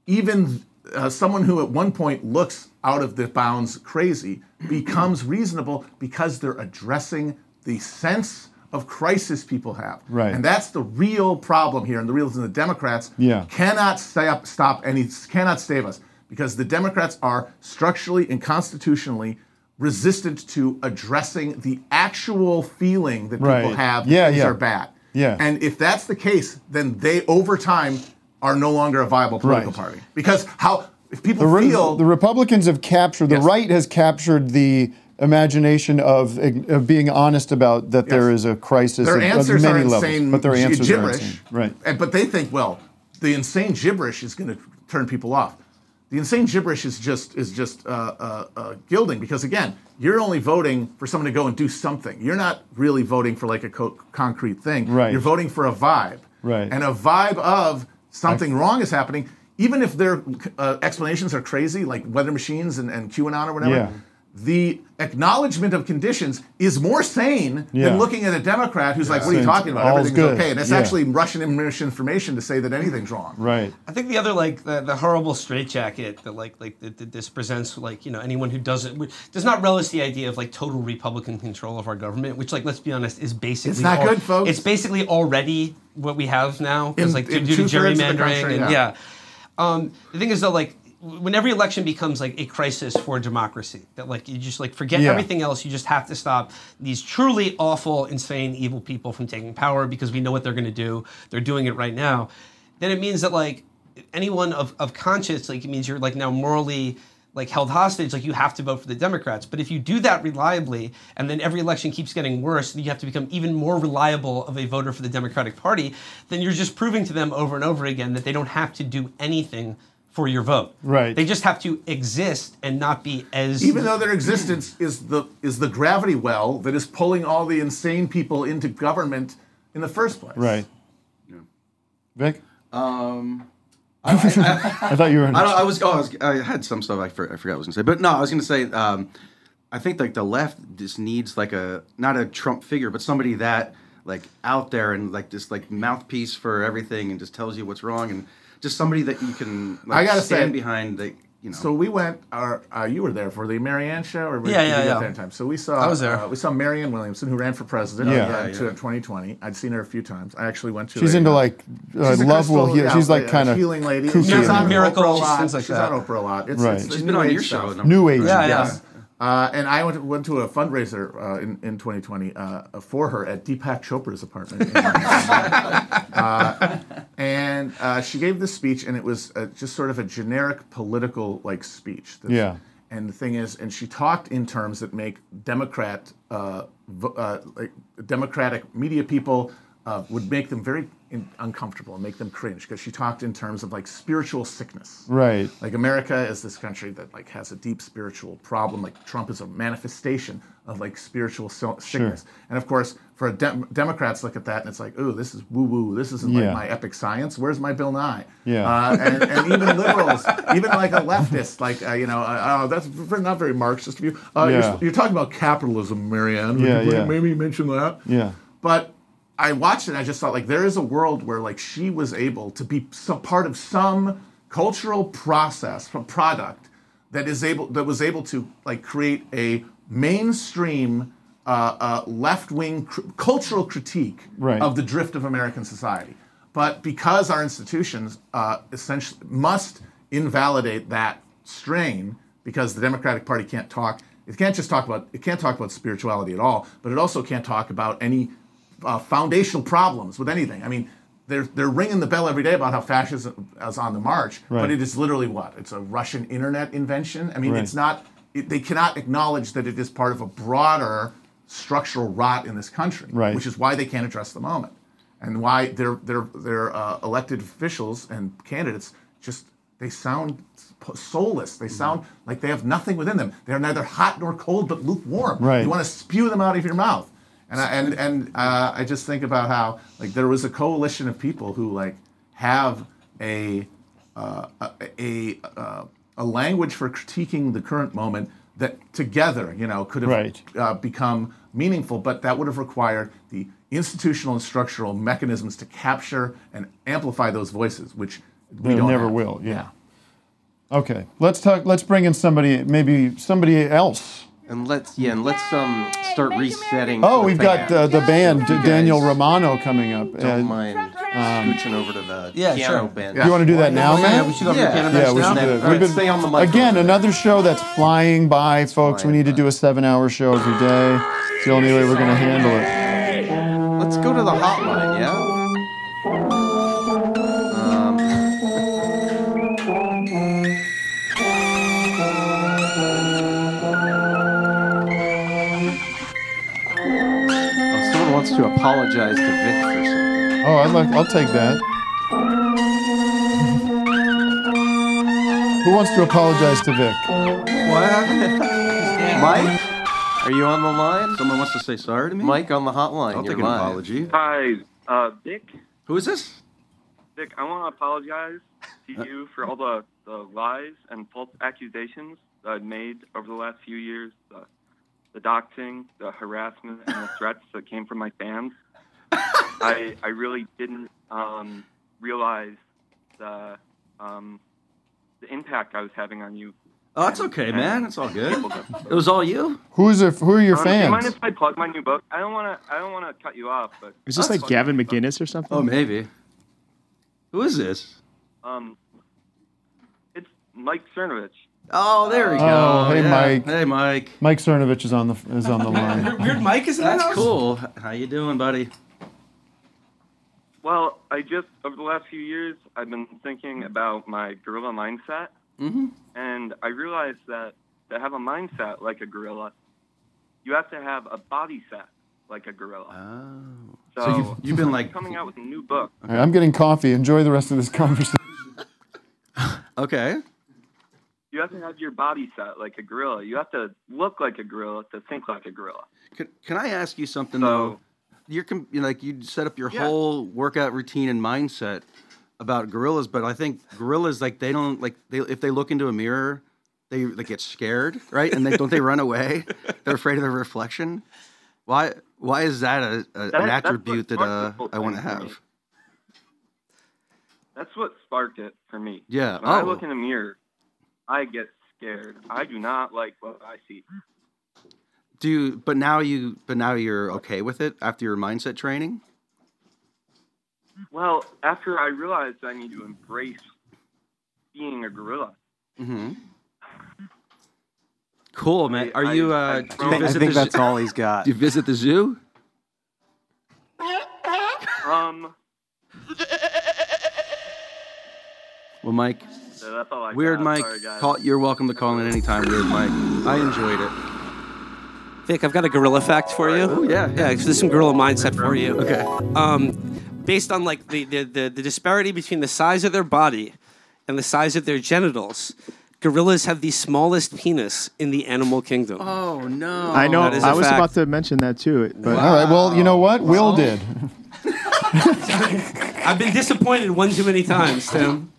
[SPEAKER 7] even uh, someone who at one point looks out of the bounds crazy becomes reasonable because they're addressing the sense of crisis people have.
[SPEAKER 3] Right.
[SPEAKER 7] And that's the real problem here. And the real is in the Democrats
[SPEAKER 3] Yeah.
[SPEAKER 7] cannot stop, stop any, cannot save us because the Democrats are structurally and constitutionally resistant to addressing the actual feeling that people
[SPEAKER 3] Right.
[SPEAKER 7] have
[SPEAKER 3] Yeah,
[SPEAKER 7] that things
[SPEAKER 3] yeah.
[SPEAKER 7] are bad.
[SPEAKER 3] Yeah.
[SPEAKER 7] And if that's the case, then they over time are no longer a viable political
[SPEAKER 3] Right.
[SPEAKER 7] party because how if people
[SPEAKER 3] the, re-
[SPEAKER 7] feel
[SPEAKER 3] the Republicans have captured the right has captured the imagination of of being honest about that there is a crisis
[SPEAKER 7] their
[SPEAKER 3] of, of
[SPEAKER 7] answers
[SPEAKER 3] many
[SPEAKER 7] are
[SPEAKER 3] levels,
[SPEAKER 7] insane,
[SPEAKER 3] but their
[SPEAKER 7] gi-
[SPEAKER 3] answers are
[SPEAKER 7] gibberish,
[SPEAKER 3] insane. Right.
[SPEAKER 7] and- but they think well the insane gibberish is going to turn people off. The insane gibberish is just is just uh, uh, uh, gilding because again you're only voting for someone to go and do something. You're not really voting for like a co- concrete thing.
[SPEAKER 3] Right.
[SPEAKER 7] You're voting for a vibe.
[SPEAKER 3] Right.
[SPEAKER 7] And a vibe of something wrong is happening, even if their uh, explanations are crazy, like weather machines and, and QAnon or whatever.
[SPEAKER 3] Yeah.
[SPEAKER 7] The acknowledgement of conditions is more sane
[SPEAKER 3] Yeah.
[SPEAKER 7] than looking at a Democrat who's like,
[SPEAKER 3] Yeah.
[SPEAKER 7] "What are you
[SPEAKER 3] Saying
[SPEAKER 7] talking about?
[SPEAKER 3] all's
[SPEAKER 7] Everything's
[SPEAKER 3] good."
[SPEAKER 7] okay," and it's
[SPEAKER 3] Yeah.
[SPEAKER 7] actually Russian misinformation to say that anything's wrong.
[SPEAKER 3] Right.
[SPEAKER 5] I think the other like the, the horrible straitjacket that like like that, that this presents like you know anyone who doesn't does not relish the idea of like total Republican control of our government, which like let's be honest is basically
[SPEAKER 7] It's not good, folks.
[SPEAKER 5] It's basically already what we have now. It's
[SPEAKER 7] In-
[SPEAKER 5] like
[SPEAKER 7] in
[SPEAKER 5] due to
[SPEAKER 7] two-thirds of the
[SPEAKER 5] gerrymandering
[SPEAKER 7] country,
[SPEAKER 5] and
[SPEAKER 7] yeah.
[SPEAKER 5] yeah. Um, the thing is though, like when every election becomes like a crisis for democracy, that like you just like forget
[SPEAKER 3] Yeah.
[SPEAKER 5] everything else, you just have to stop these truly awful, insane, evil people from taking power because we know what they're going to do. They're doing it right now. Then it means that like anyone of of conscience, like it means you're like now morally like held hostage. Like you have to vote for the Democrats. But if you do that reliably, and then every election keeps getting worse, then you have to become even more reliable of a voter for the Democratic Party. Then you're just proving to them over and over again that they don't have to do anything for your vote.
[SPEAKER 3] Right.
[SPEAKER 5] They just have to exist and not be as
[SPEAKER 7] even though their existence is the is the gravity well that is pulling all the insane people into government in the first place.
[SPEAKER 3] Right. Vic?
[SPEAKER 4] Um, I, I,
[SPEAKER 3] I thought you were in-
[SPEAKER 4] I, don't- I was. Oh, I, was, I had some stuff I, for, I forgot what I was gonna say, but no, I was gonna say. Um, I think like the left just needs like a not a Trump figure, but somebody that like out there and like this like mouthpiece for everything and just tells you what's wrong and just somebody that you can. Like,
[SPEAKER 7] I gotta
[SPEAKER 4] stand
[SPEAKER 7] say-
[SPEAKER 4] behind. That you know.
[SPEAKER 7] So we went. Our, uh, you were there for the Marianne show, or
[SPEAKER 4] Yeah,
[SPEAKER 7] did
[SPEAKER 4] yeah,
[SPEAKER 7] you
[SPEAKER 4] yeah.
[SPEAKER 7] At that time. So we saw.
[SPEAKER 4] I was there.
[SPEAKER 7] Uh, we saw Marianne Williamson, who ran for president.
[SPEAKER 3] Yeah.
[SPEAKER 7] uh,
[SPEAKER 3] Yeah,
[SPEAKER 7] in
[SPEAKER 3] yeah.
[SPEAKER 7] 2020. I'd seen her a few times. I actually went to.
[SPEAKER 3] She's
[SPEAKER 7] a,
[SPEAKER 3] into
[SPEAKER 7] uh,
[SPEAKER 3] like uh,
[SPEAKER 7] she's a
[SPEAKER 3] love will
[SPEAKER 7] crystal-
[SPEAKER 3] heal.
[SPEAKER 7] yeah,
[SPEAKER 3] she's like
[SPEAKER 7] a
[SPEAKER 3] kind of
[SPEAKER 7] healing lady.
[SPEAKER 3] kooky.
[SPEAKER 7] She's on
[SPEAKER 5] Miracle,
[SPEAKER 7] Oprah a
[SPEAKER 5] she's
[SPEAKER 7] lot.
[SPEAKER 5] things like
[SPEAKER 7] she's
[SPEAKER 5] that.
[SPEAKER 7] on Oprah a lot. It's,
[SPEAKER 3] Right.
[SPEAKER 7] it's
[SPEAKER 3] She's
[SPEAKER 7] the
[SPEAKER 4] been
[SPEAKER 7] new
[SPEAKER 4] on
[SPEAKER 7] age
[SPEAKER 4] your show a
[SPEAKER 7] stuff.
[SPEAKER 4] number New
[SPEAKER 3] of age,
[SPEAKER 7] Yeah,
[SPEAKER 3] times.
[SPEAKER 7] yeah.
[SPEAKER 3] yes.
[SPEAKER 7] Uh, and I went went to a fundraiser uh, in in 2020 uh, for her at Deepak Chopra's apartment. in uh, and uh, she gave this speech, and it was uh, just sort of a generic political like speech. This-
[SPEAKER 3] Yeah.
[SPEAKER 7] And the thing is, and she talked in terms that make Democrat, uh, vo- uh, like Democratic media people uh, would make them very in- uncomfortable and make them cringe because she talked in terms of like spiritual sickness.
[SPEAKER 3] Right.
[SPEAKER 7] Like America is this country that like has a deep spiritual problem. Like Trump is a manifestation of like spiritual so- sickness. And of course, for Dem- Democrats, look at that and it's like, ooh, this is woo woo. This isn't
[SPEAKER 3] Yeah.
[SPEAKER 7] like my epic science. Where's my Bill Nye?
[SPEAKER 3] Yeah.
[SPEAKER 7] Uh, and, and even liberals, even like a leftist, like uh, you know, uh, oh, that's v- not very Marxist of you. Uh,
[SPEAKER 3] Yeah.
[SPEAKER 7] you're, you're talking about capitalism, Marianne. Would
[SPEAKER 3] Yeah,
[SPEAKER 7] you
[SPEAKER 3] yeah.
[SPEAKER 7] Maybe mention that.
[SPEAKER 3] Yeah.
[SPEAKER 7] But I watched it and I just thought like there is a world where like she was able to be some part of some cultural process, some product that is able that was able to like create a mainstream uh, uh, left-wing cr- cultural critique
[SPEAKER 3] Right.
[SPEAKER 7] of the drift of American society. But because our institutions uh, essentially must invalidate that strain, because the Democratic Party can't talk, it can't just talk about it can't talk about spirituality at all, but it also can't talk about any uh, foundational problems with anything. I mean, they're they're ringing the bell every day about how fascism is on the march,
[SPEAKER 3] Right.
[SPEAKER 7] but it is literally what it's a Russian internet invention. I mean,
[SPEAKER 3] Right.
[SPEAKER 7] it's not. It, they cannot acknowledge that it is part of a broader structural rot in this country,
[SPEAKER 3] Right.
[SPEAKER 7] which is why they can't address the moment, and why their their their uh, elected officials and candidates just they sound po- soulless.
[SPEAKER 3] Mm-hmm.
[SPEAKER 7] They sound like they have nothing within them. They are neither hot nor cold, but lukewarm.
[SPEAKER 3] Right.
[SPEAKER 7] You want to spew them out of your mouth. And I, and and uh, I just think about how like there was a coalition of people who like have a uh, a a, uh, a language for critiquing the current moment that together you know could have
[SPEAKER 3] Right.
[SPEAKER 7] uh, become meaningful, but that would have required the institutional and structural mechanisms to capture and amplify those voices, which we
[SPEAKER 3] They
[SPEAKER 7] don't
[SPEAKER 3] never
[SPEAKER 7] have.
[SPEAKER 3] will, yeah. Okay. Let's talk. Let's bring in somebody. Maybe somebody else.
[SPEAKER 10] And let's yeah, and let's um start resetting.
[SPEAKER 3] Oh,
[SPEAKER 10] the
[SPEAKER 3] we've got uh,
[SPEAKER 10] band.
[SPEAKER 3] the band
[SPEAKER 10] You guys
[SPEAKER 3] Daniel Romano coming up.
[SPEAKER 10] Don't
[SPEAKER 3] Uh,
[SPEAKER 10] mind
[SPEAKER 3] um,
[SPEAKER 10] scooching over to the
[SPEAKER 5] Yeah,
[SPEAKER 10] piano
[SPEAKER 5] sure.
[SPEAKER 10] band.
[SPEAKER 3] You want to do that now, man?
[SPEAKER 10] yeah.
[SPEAKER 3] Yeah, we should do it. We've been,
[SPEAKER 10] stay on the mic.
[SPEAKER 3] again, another show that's flying by, folks. we need to do a seven-hour show every day. It's the only way we're going to handle it.
[SPEAKER 10] Let's go to the hotline, yeah? Um, oh, someone wants to apologize to Vic for something.
[SPEAKER 3] Oh, I'd like. I'll take that. Who wants to apologize to Vic?
[SPEAKER 10] What? Mike? Are you on the line?
[SPEAKER 4] Someone wants to say sorry to me.
[SPEAKER 10] Mike on the hotline.
[SPEAKER 4] I'll
[SPEAKER 10] You're
[SPEAKER 4] take an
[SPEAKER 10] live.
[SPEAKER 4] apology.
[SPEAKER 15] Hi, uh, Vic.
[SPEAKER 4] Who is this?
[SPEAKER 15] Vic, I want to apologize
[SPEAKER 4] Uh.
[SPEAKER 15] to you for all the, the lies and false accusations that I've made over the last few years. The, the doxing, the harassment, and the threats that came from my fans. I I really didn't um, realize the um, the impact I was having on you.
[SPEAKER 4] Oh, it's okay, man. It's all good. It was all you.
[SPEAKER 3] Who's your, who are your
[SPEAKER 15] Um, do you mind
[SPEAKER 3] fans?
[SPEAKER 15] if I plug my new book? I don't want to I don't want to cut you off, but
[SPEAKER 6] Is this like Gavin McGinnis or
[SPEAKER 17] Oh,
[SPEAKER 6] something?
[SPEAKER 4] Oh, maybe. Who is this?
[SPEAKER 15] Um, it's Mike Cernovich. Uh,
[SPEAKER 4] Oh, there we go.
[SPEAKER 3] Oh, hey
[SPEAKER 4] Yeah.
[SPEAKER 3] Mike.
[SPEAKER 4] Hey Mike.
[SPEAKER 3] Mike Cernovich is on the is on the line.
[SPEAKER 5] Weird Mike is in that
[SPEAKER 4] That's
[SPEAKER 5] house?
[SPEAKER 4] cool. How you doing, buddy?
[SPEAKER 15] Well, I just over the last few years, I've been thinking about my gorilla mindset,
[SPEAKER 4] Mm-hmm.
[SPEAKER 15] and I realized that to have a mindset like a gorilla, you have to have a body set like a gorilla.
[SPEAKER 4] Oh.
[SPEAKER 15] So,
[SPEAKER 4] So you've- you've been,
[SPEAKER 15] I'm
[SPEAKER 4] like-
[SPEAKER 15] coming out with a new book.
[SPEAKER 3] All right, I'm getting coffee. Enjoy the rest of this conversation.
[SPEAKER 4] Okay.
[SPEAKER 15] You have to have your body set like a gorilla. You have to look like a gorilla to think like a gorilla.
[SPEAKER 4] Can, can I ask you something though? You're, com- you're like you set up your
[SPEAKER 15] Yeah.
[SPEAKER 4] whole workout routine and mindset about gorillas, but I think gorillas like they don't like they if they look into a mirror, they like get scared, right? And they don't they run away? They're afraid of their reflection. Why why is that a, a,
[SPEAKER 15] That-
[SPEAKER 4] an
[SPEAKER 15] that's what
[SPEAKER 4] attribute that
[SPEAKER 15] sparked
[SPEAKER 4] uh,
[SPEAKER 15] the whole
[SPEAKER 4] I want to
[SPEAKER 15] thing for me.
[SPEAKER 4] have?
[SPEAKER 15] That's what sparked it for me.
[SPEAKER 4] Yeah,
[SPEAKER 15] When I
[SPEAKER 4] oh.
[SPEAKER 15] look in the mirror, I get scared. I do not like what I see.
[SPEAKER 4] Do you, but now you but now you're okay with it after your mindset training?
[SPEAKER 15] Well, after I realized I need to embrace being a gorilla,
[SPEAKER 4] Mm-hmm. Cool, man. Are you? Uh, do you
[SPEAKER 10] I
[SPEAKER 4] visit
[SPEAKER 10] think
[SPEAKER 4] the
[SPEAKER 10] that's
[SPEAKER 4] zoo-
[SPEAKER 10] all he's got.
[SPEAKER 4] Do you visit the zoo?
[SPEAKER 15] um,
[SPEAKER 4] Well, Mike.
[SPEAKER 15] so that's all I
[SPEAKER 4] Weird
[SPEAKER 15] got.
[SPEAKER 4] Mike,
[SPEAKER 15] Sorry, guys.
[SPEAKER 4] call, you're welcome to call in anytime, Weird Mike. I enjoyed it.
[SPEAKER 17] Vic, I've got a gorilla fact for you. Oh
[SPEAKER 4] yeah,
[SPEAKER 17] yeah. so This is some gorilla mindset for you.
[SPEAKER 4] Okay.
[SPEAKER 17] Um, based on like the, the the the disparity between the size of their body and the size of their genitals, gorillas have the smallest penis in the animal kingdom.
[SPEAKER 4] Oh no!
[SPEAKER 6] I know.
[SPEAKER 17] That is a
[SPEAKER 6] I was
[SPEAKER 17] fact.
[SPEAKER 6] about to mention that too. But
[SPEAKER 3] All right. Well, you know what? Will
[SPEAKER 17] Wow.
[SPEAKER 3] did.
[SPEAKER 17] I've been disappointed one too many times, Tim.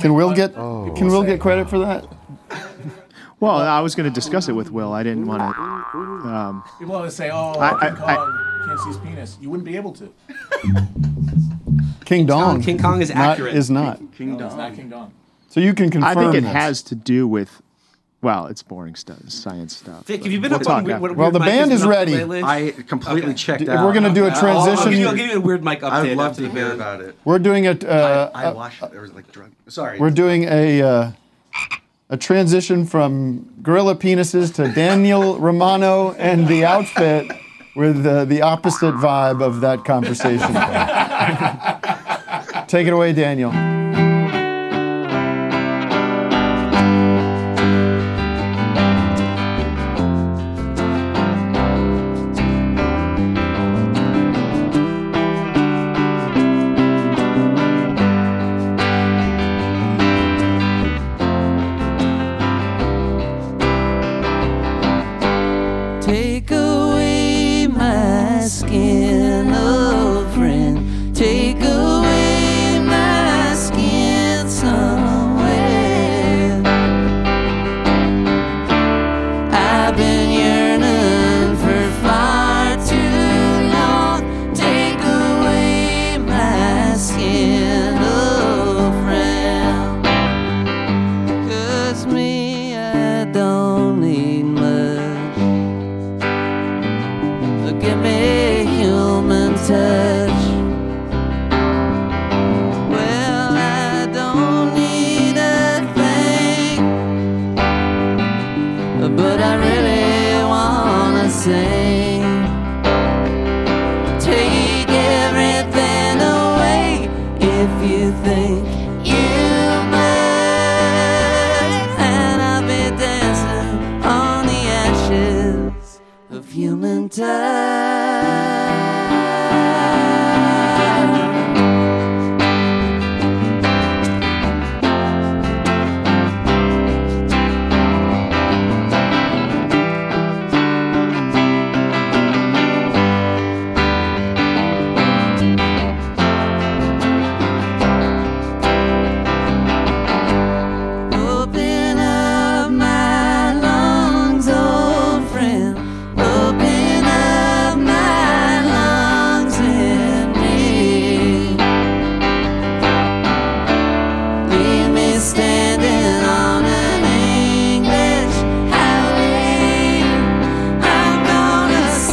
[SPEAKER 3] Can Will get
[SPEAKER 5] Oh.
[SPEAKER 3] Can Will get credit for that?
[SPEAKER 6] Well, I was going to discuss it with Will. I didn't want to. Um,
[SPEAKER 7] People always say, "Oh,
[SPEAKER 6] I- I-
[SPEAKER 7] King Kong can't see his penis." You wouldn't be able to.
[SPEAKER 3] King Dong.
[SPEAKER 17] King Kong is
[SPEAKER 3] Not-
[SPEAKER 17] accurate.
[SPEAKER 3] Is not.
[SPEAKER 7] King Dong. It's not King Dong.
[SPEAKER 3] So you can confirm.
[SPEAKER 6] I think it
[SPEAKER 3] this.
[SPEAKER 6] has to do with. Well, it's boring stuff, science stuff.
[SPEAKER 17] Vic,
[SPEAKER 6] but
[SPEAKER 17] have you been
[SPEAKER 6] we'll
[SPEAKER 17] up
[SPEAKER 6] talk
[SPEAKER 17] on Weird-
[SPEAKER 6] after.
[SPEAKER 17] what- Well, Weird the Mike band has is been up ready. lately?
[SPEAKER 4] I completely checked
[SPEAKER 3] If
[SPEAKER 4] out.
[SPEAKER 3] we're gonna do a
[SPEAKER 4] I'll-
[SPEAKER 3] transition-
[SPEAKER 17] I'll give you, I'll give you a weird mic update.
[SPEAKER 4] I'd love
[SPEAKER 17] after
[SPEAKER 4] to
[SPEAKER 17] the
[SPEAKER 4] hear
[SPEAKER 17] band.
[SPEAKER 4] about it.
[SPEAKER 3] We're doing it. Uh,
[SPEAKER 4] I watched. There was like drug. Sorry.
[SPEAKER 3] We're doing a uh, a transition from gorilla penises to Daniel Romano and the outfit with uh, the opposite vibe of that conversation. Take it away, Daniel.
[SPEAKER 18] Take away my skin, oh friend. Take away my skin somewhere. I've been yearning for far too long. Take away my skin, oh friend. Cause me, I don't need much. Give me human touch. Well, I don't need a thing, but I really wanna sing. Take everything away if you think you might, and I'll be dancing oh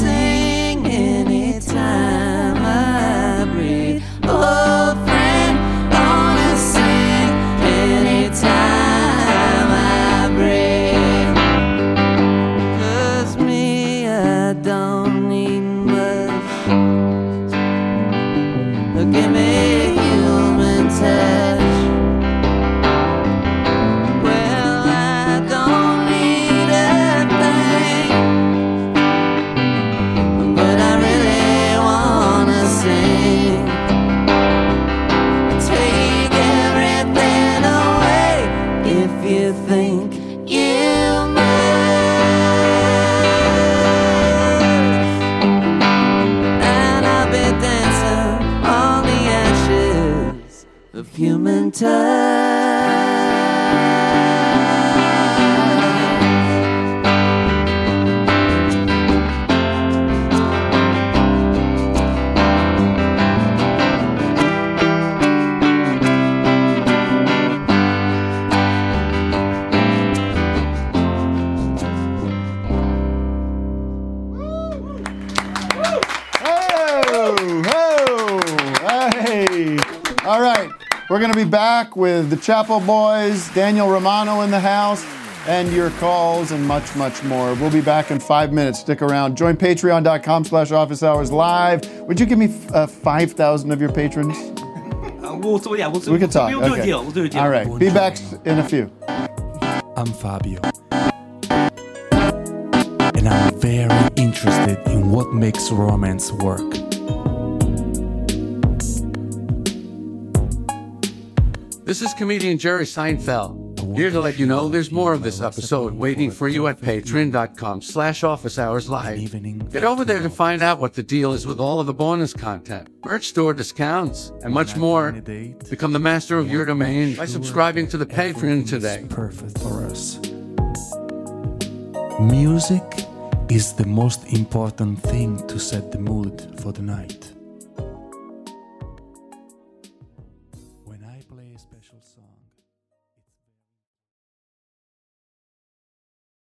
[SPEAKER 18] Oh you think you And I've been dancing on the ashes of human time.
[SPEAKER 3] Oh, oh, hey. All right. We're going to be back with the Chapel Boys, Daniel Romano in the house, and your calls and much, much more. We'll be back in five minutes. Stick around. Join patreon.com slash office hours live. Would you give me uh, 5,000 of your patrons?
[SPEAKER 5] Uh, we'll, yeah, we'll,
[SPEAKER 3] We could talk.
[SPEAKER 5] We'll do
[SPEAKER 3] Okay.
[SPEAKER 5] a deal. We'll do a deal.
[SPEAKER 3] All right. Be back in a few.
[SPEAKER 19] I'm Fabio. And I'm very interested in what makes romance work.
[SPEAKER 20] This is comedian Jerry Seinfeld. Here to let you know there's more of this episode waiting for you at patreon.com slash office hours live. Get over there to find out what the deal is with all of the bonus content, merch store discounts, and much more. Become the master of your domain by subscribing to the Patreon today.
[SPEAKER 19] Perfect for us. Music is the most important thing to set the mood for the night.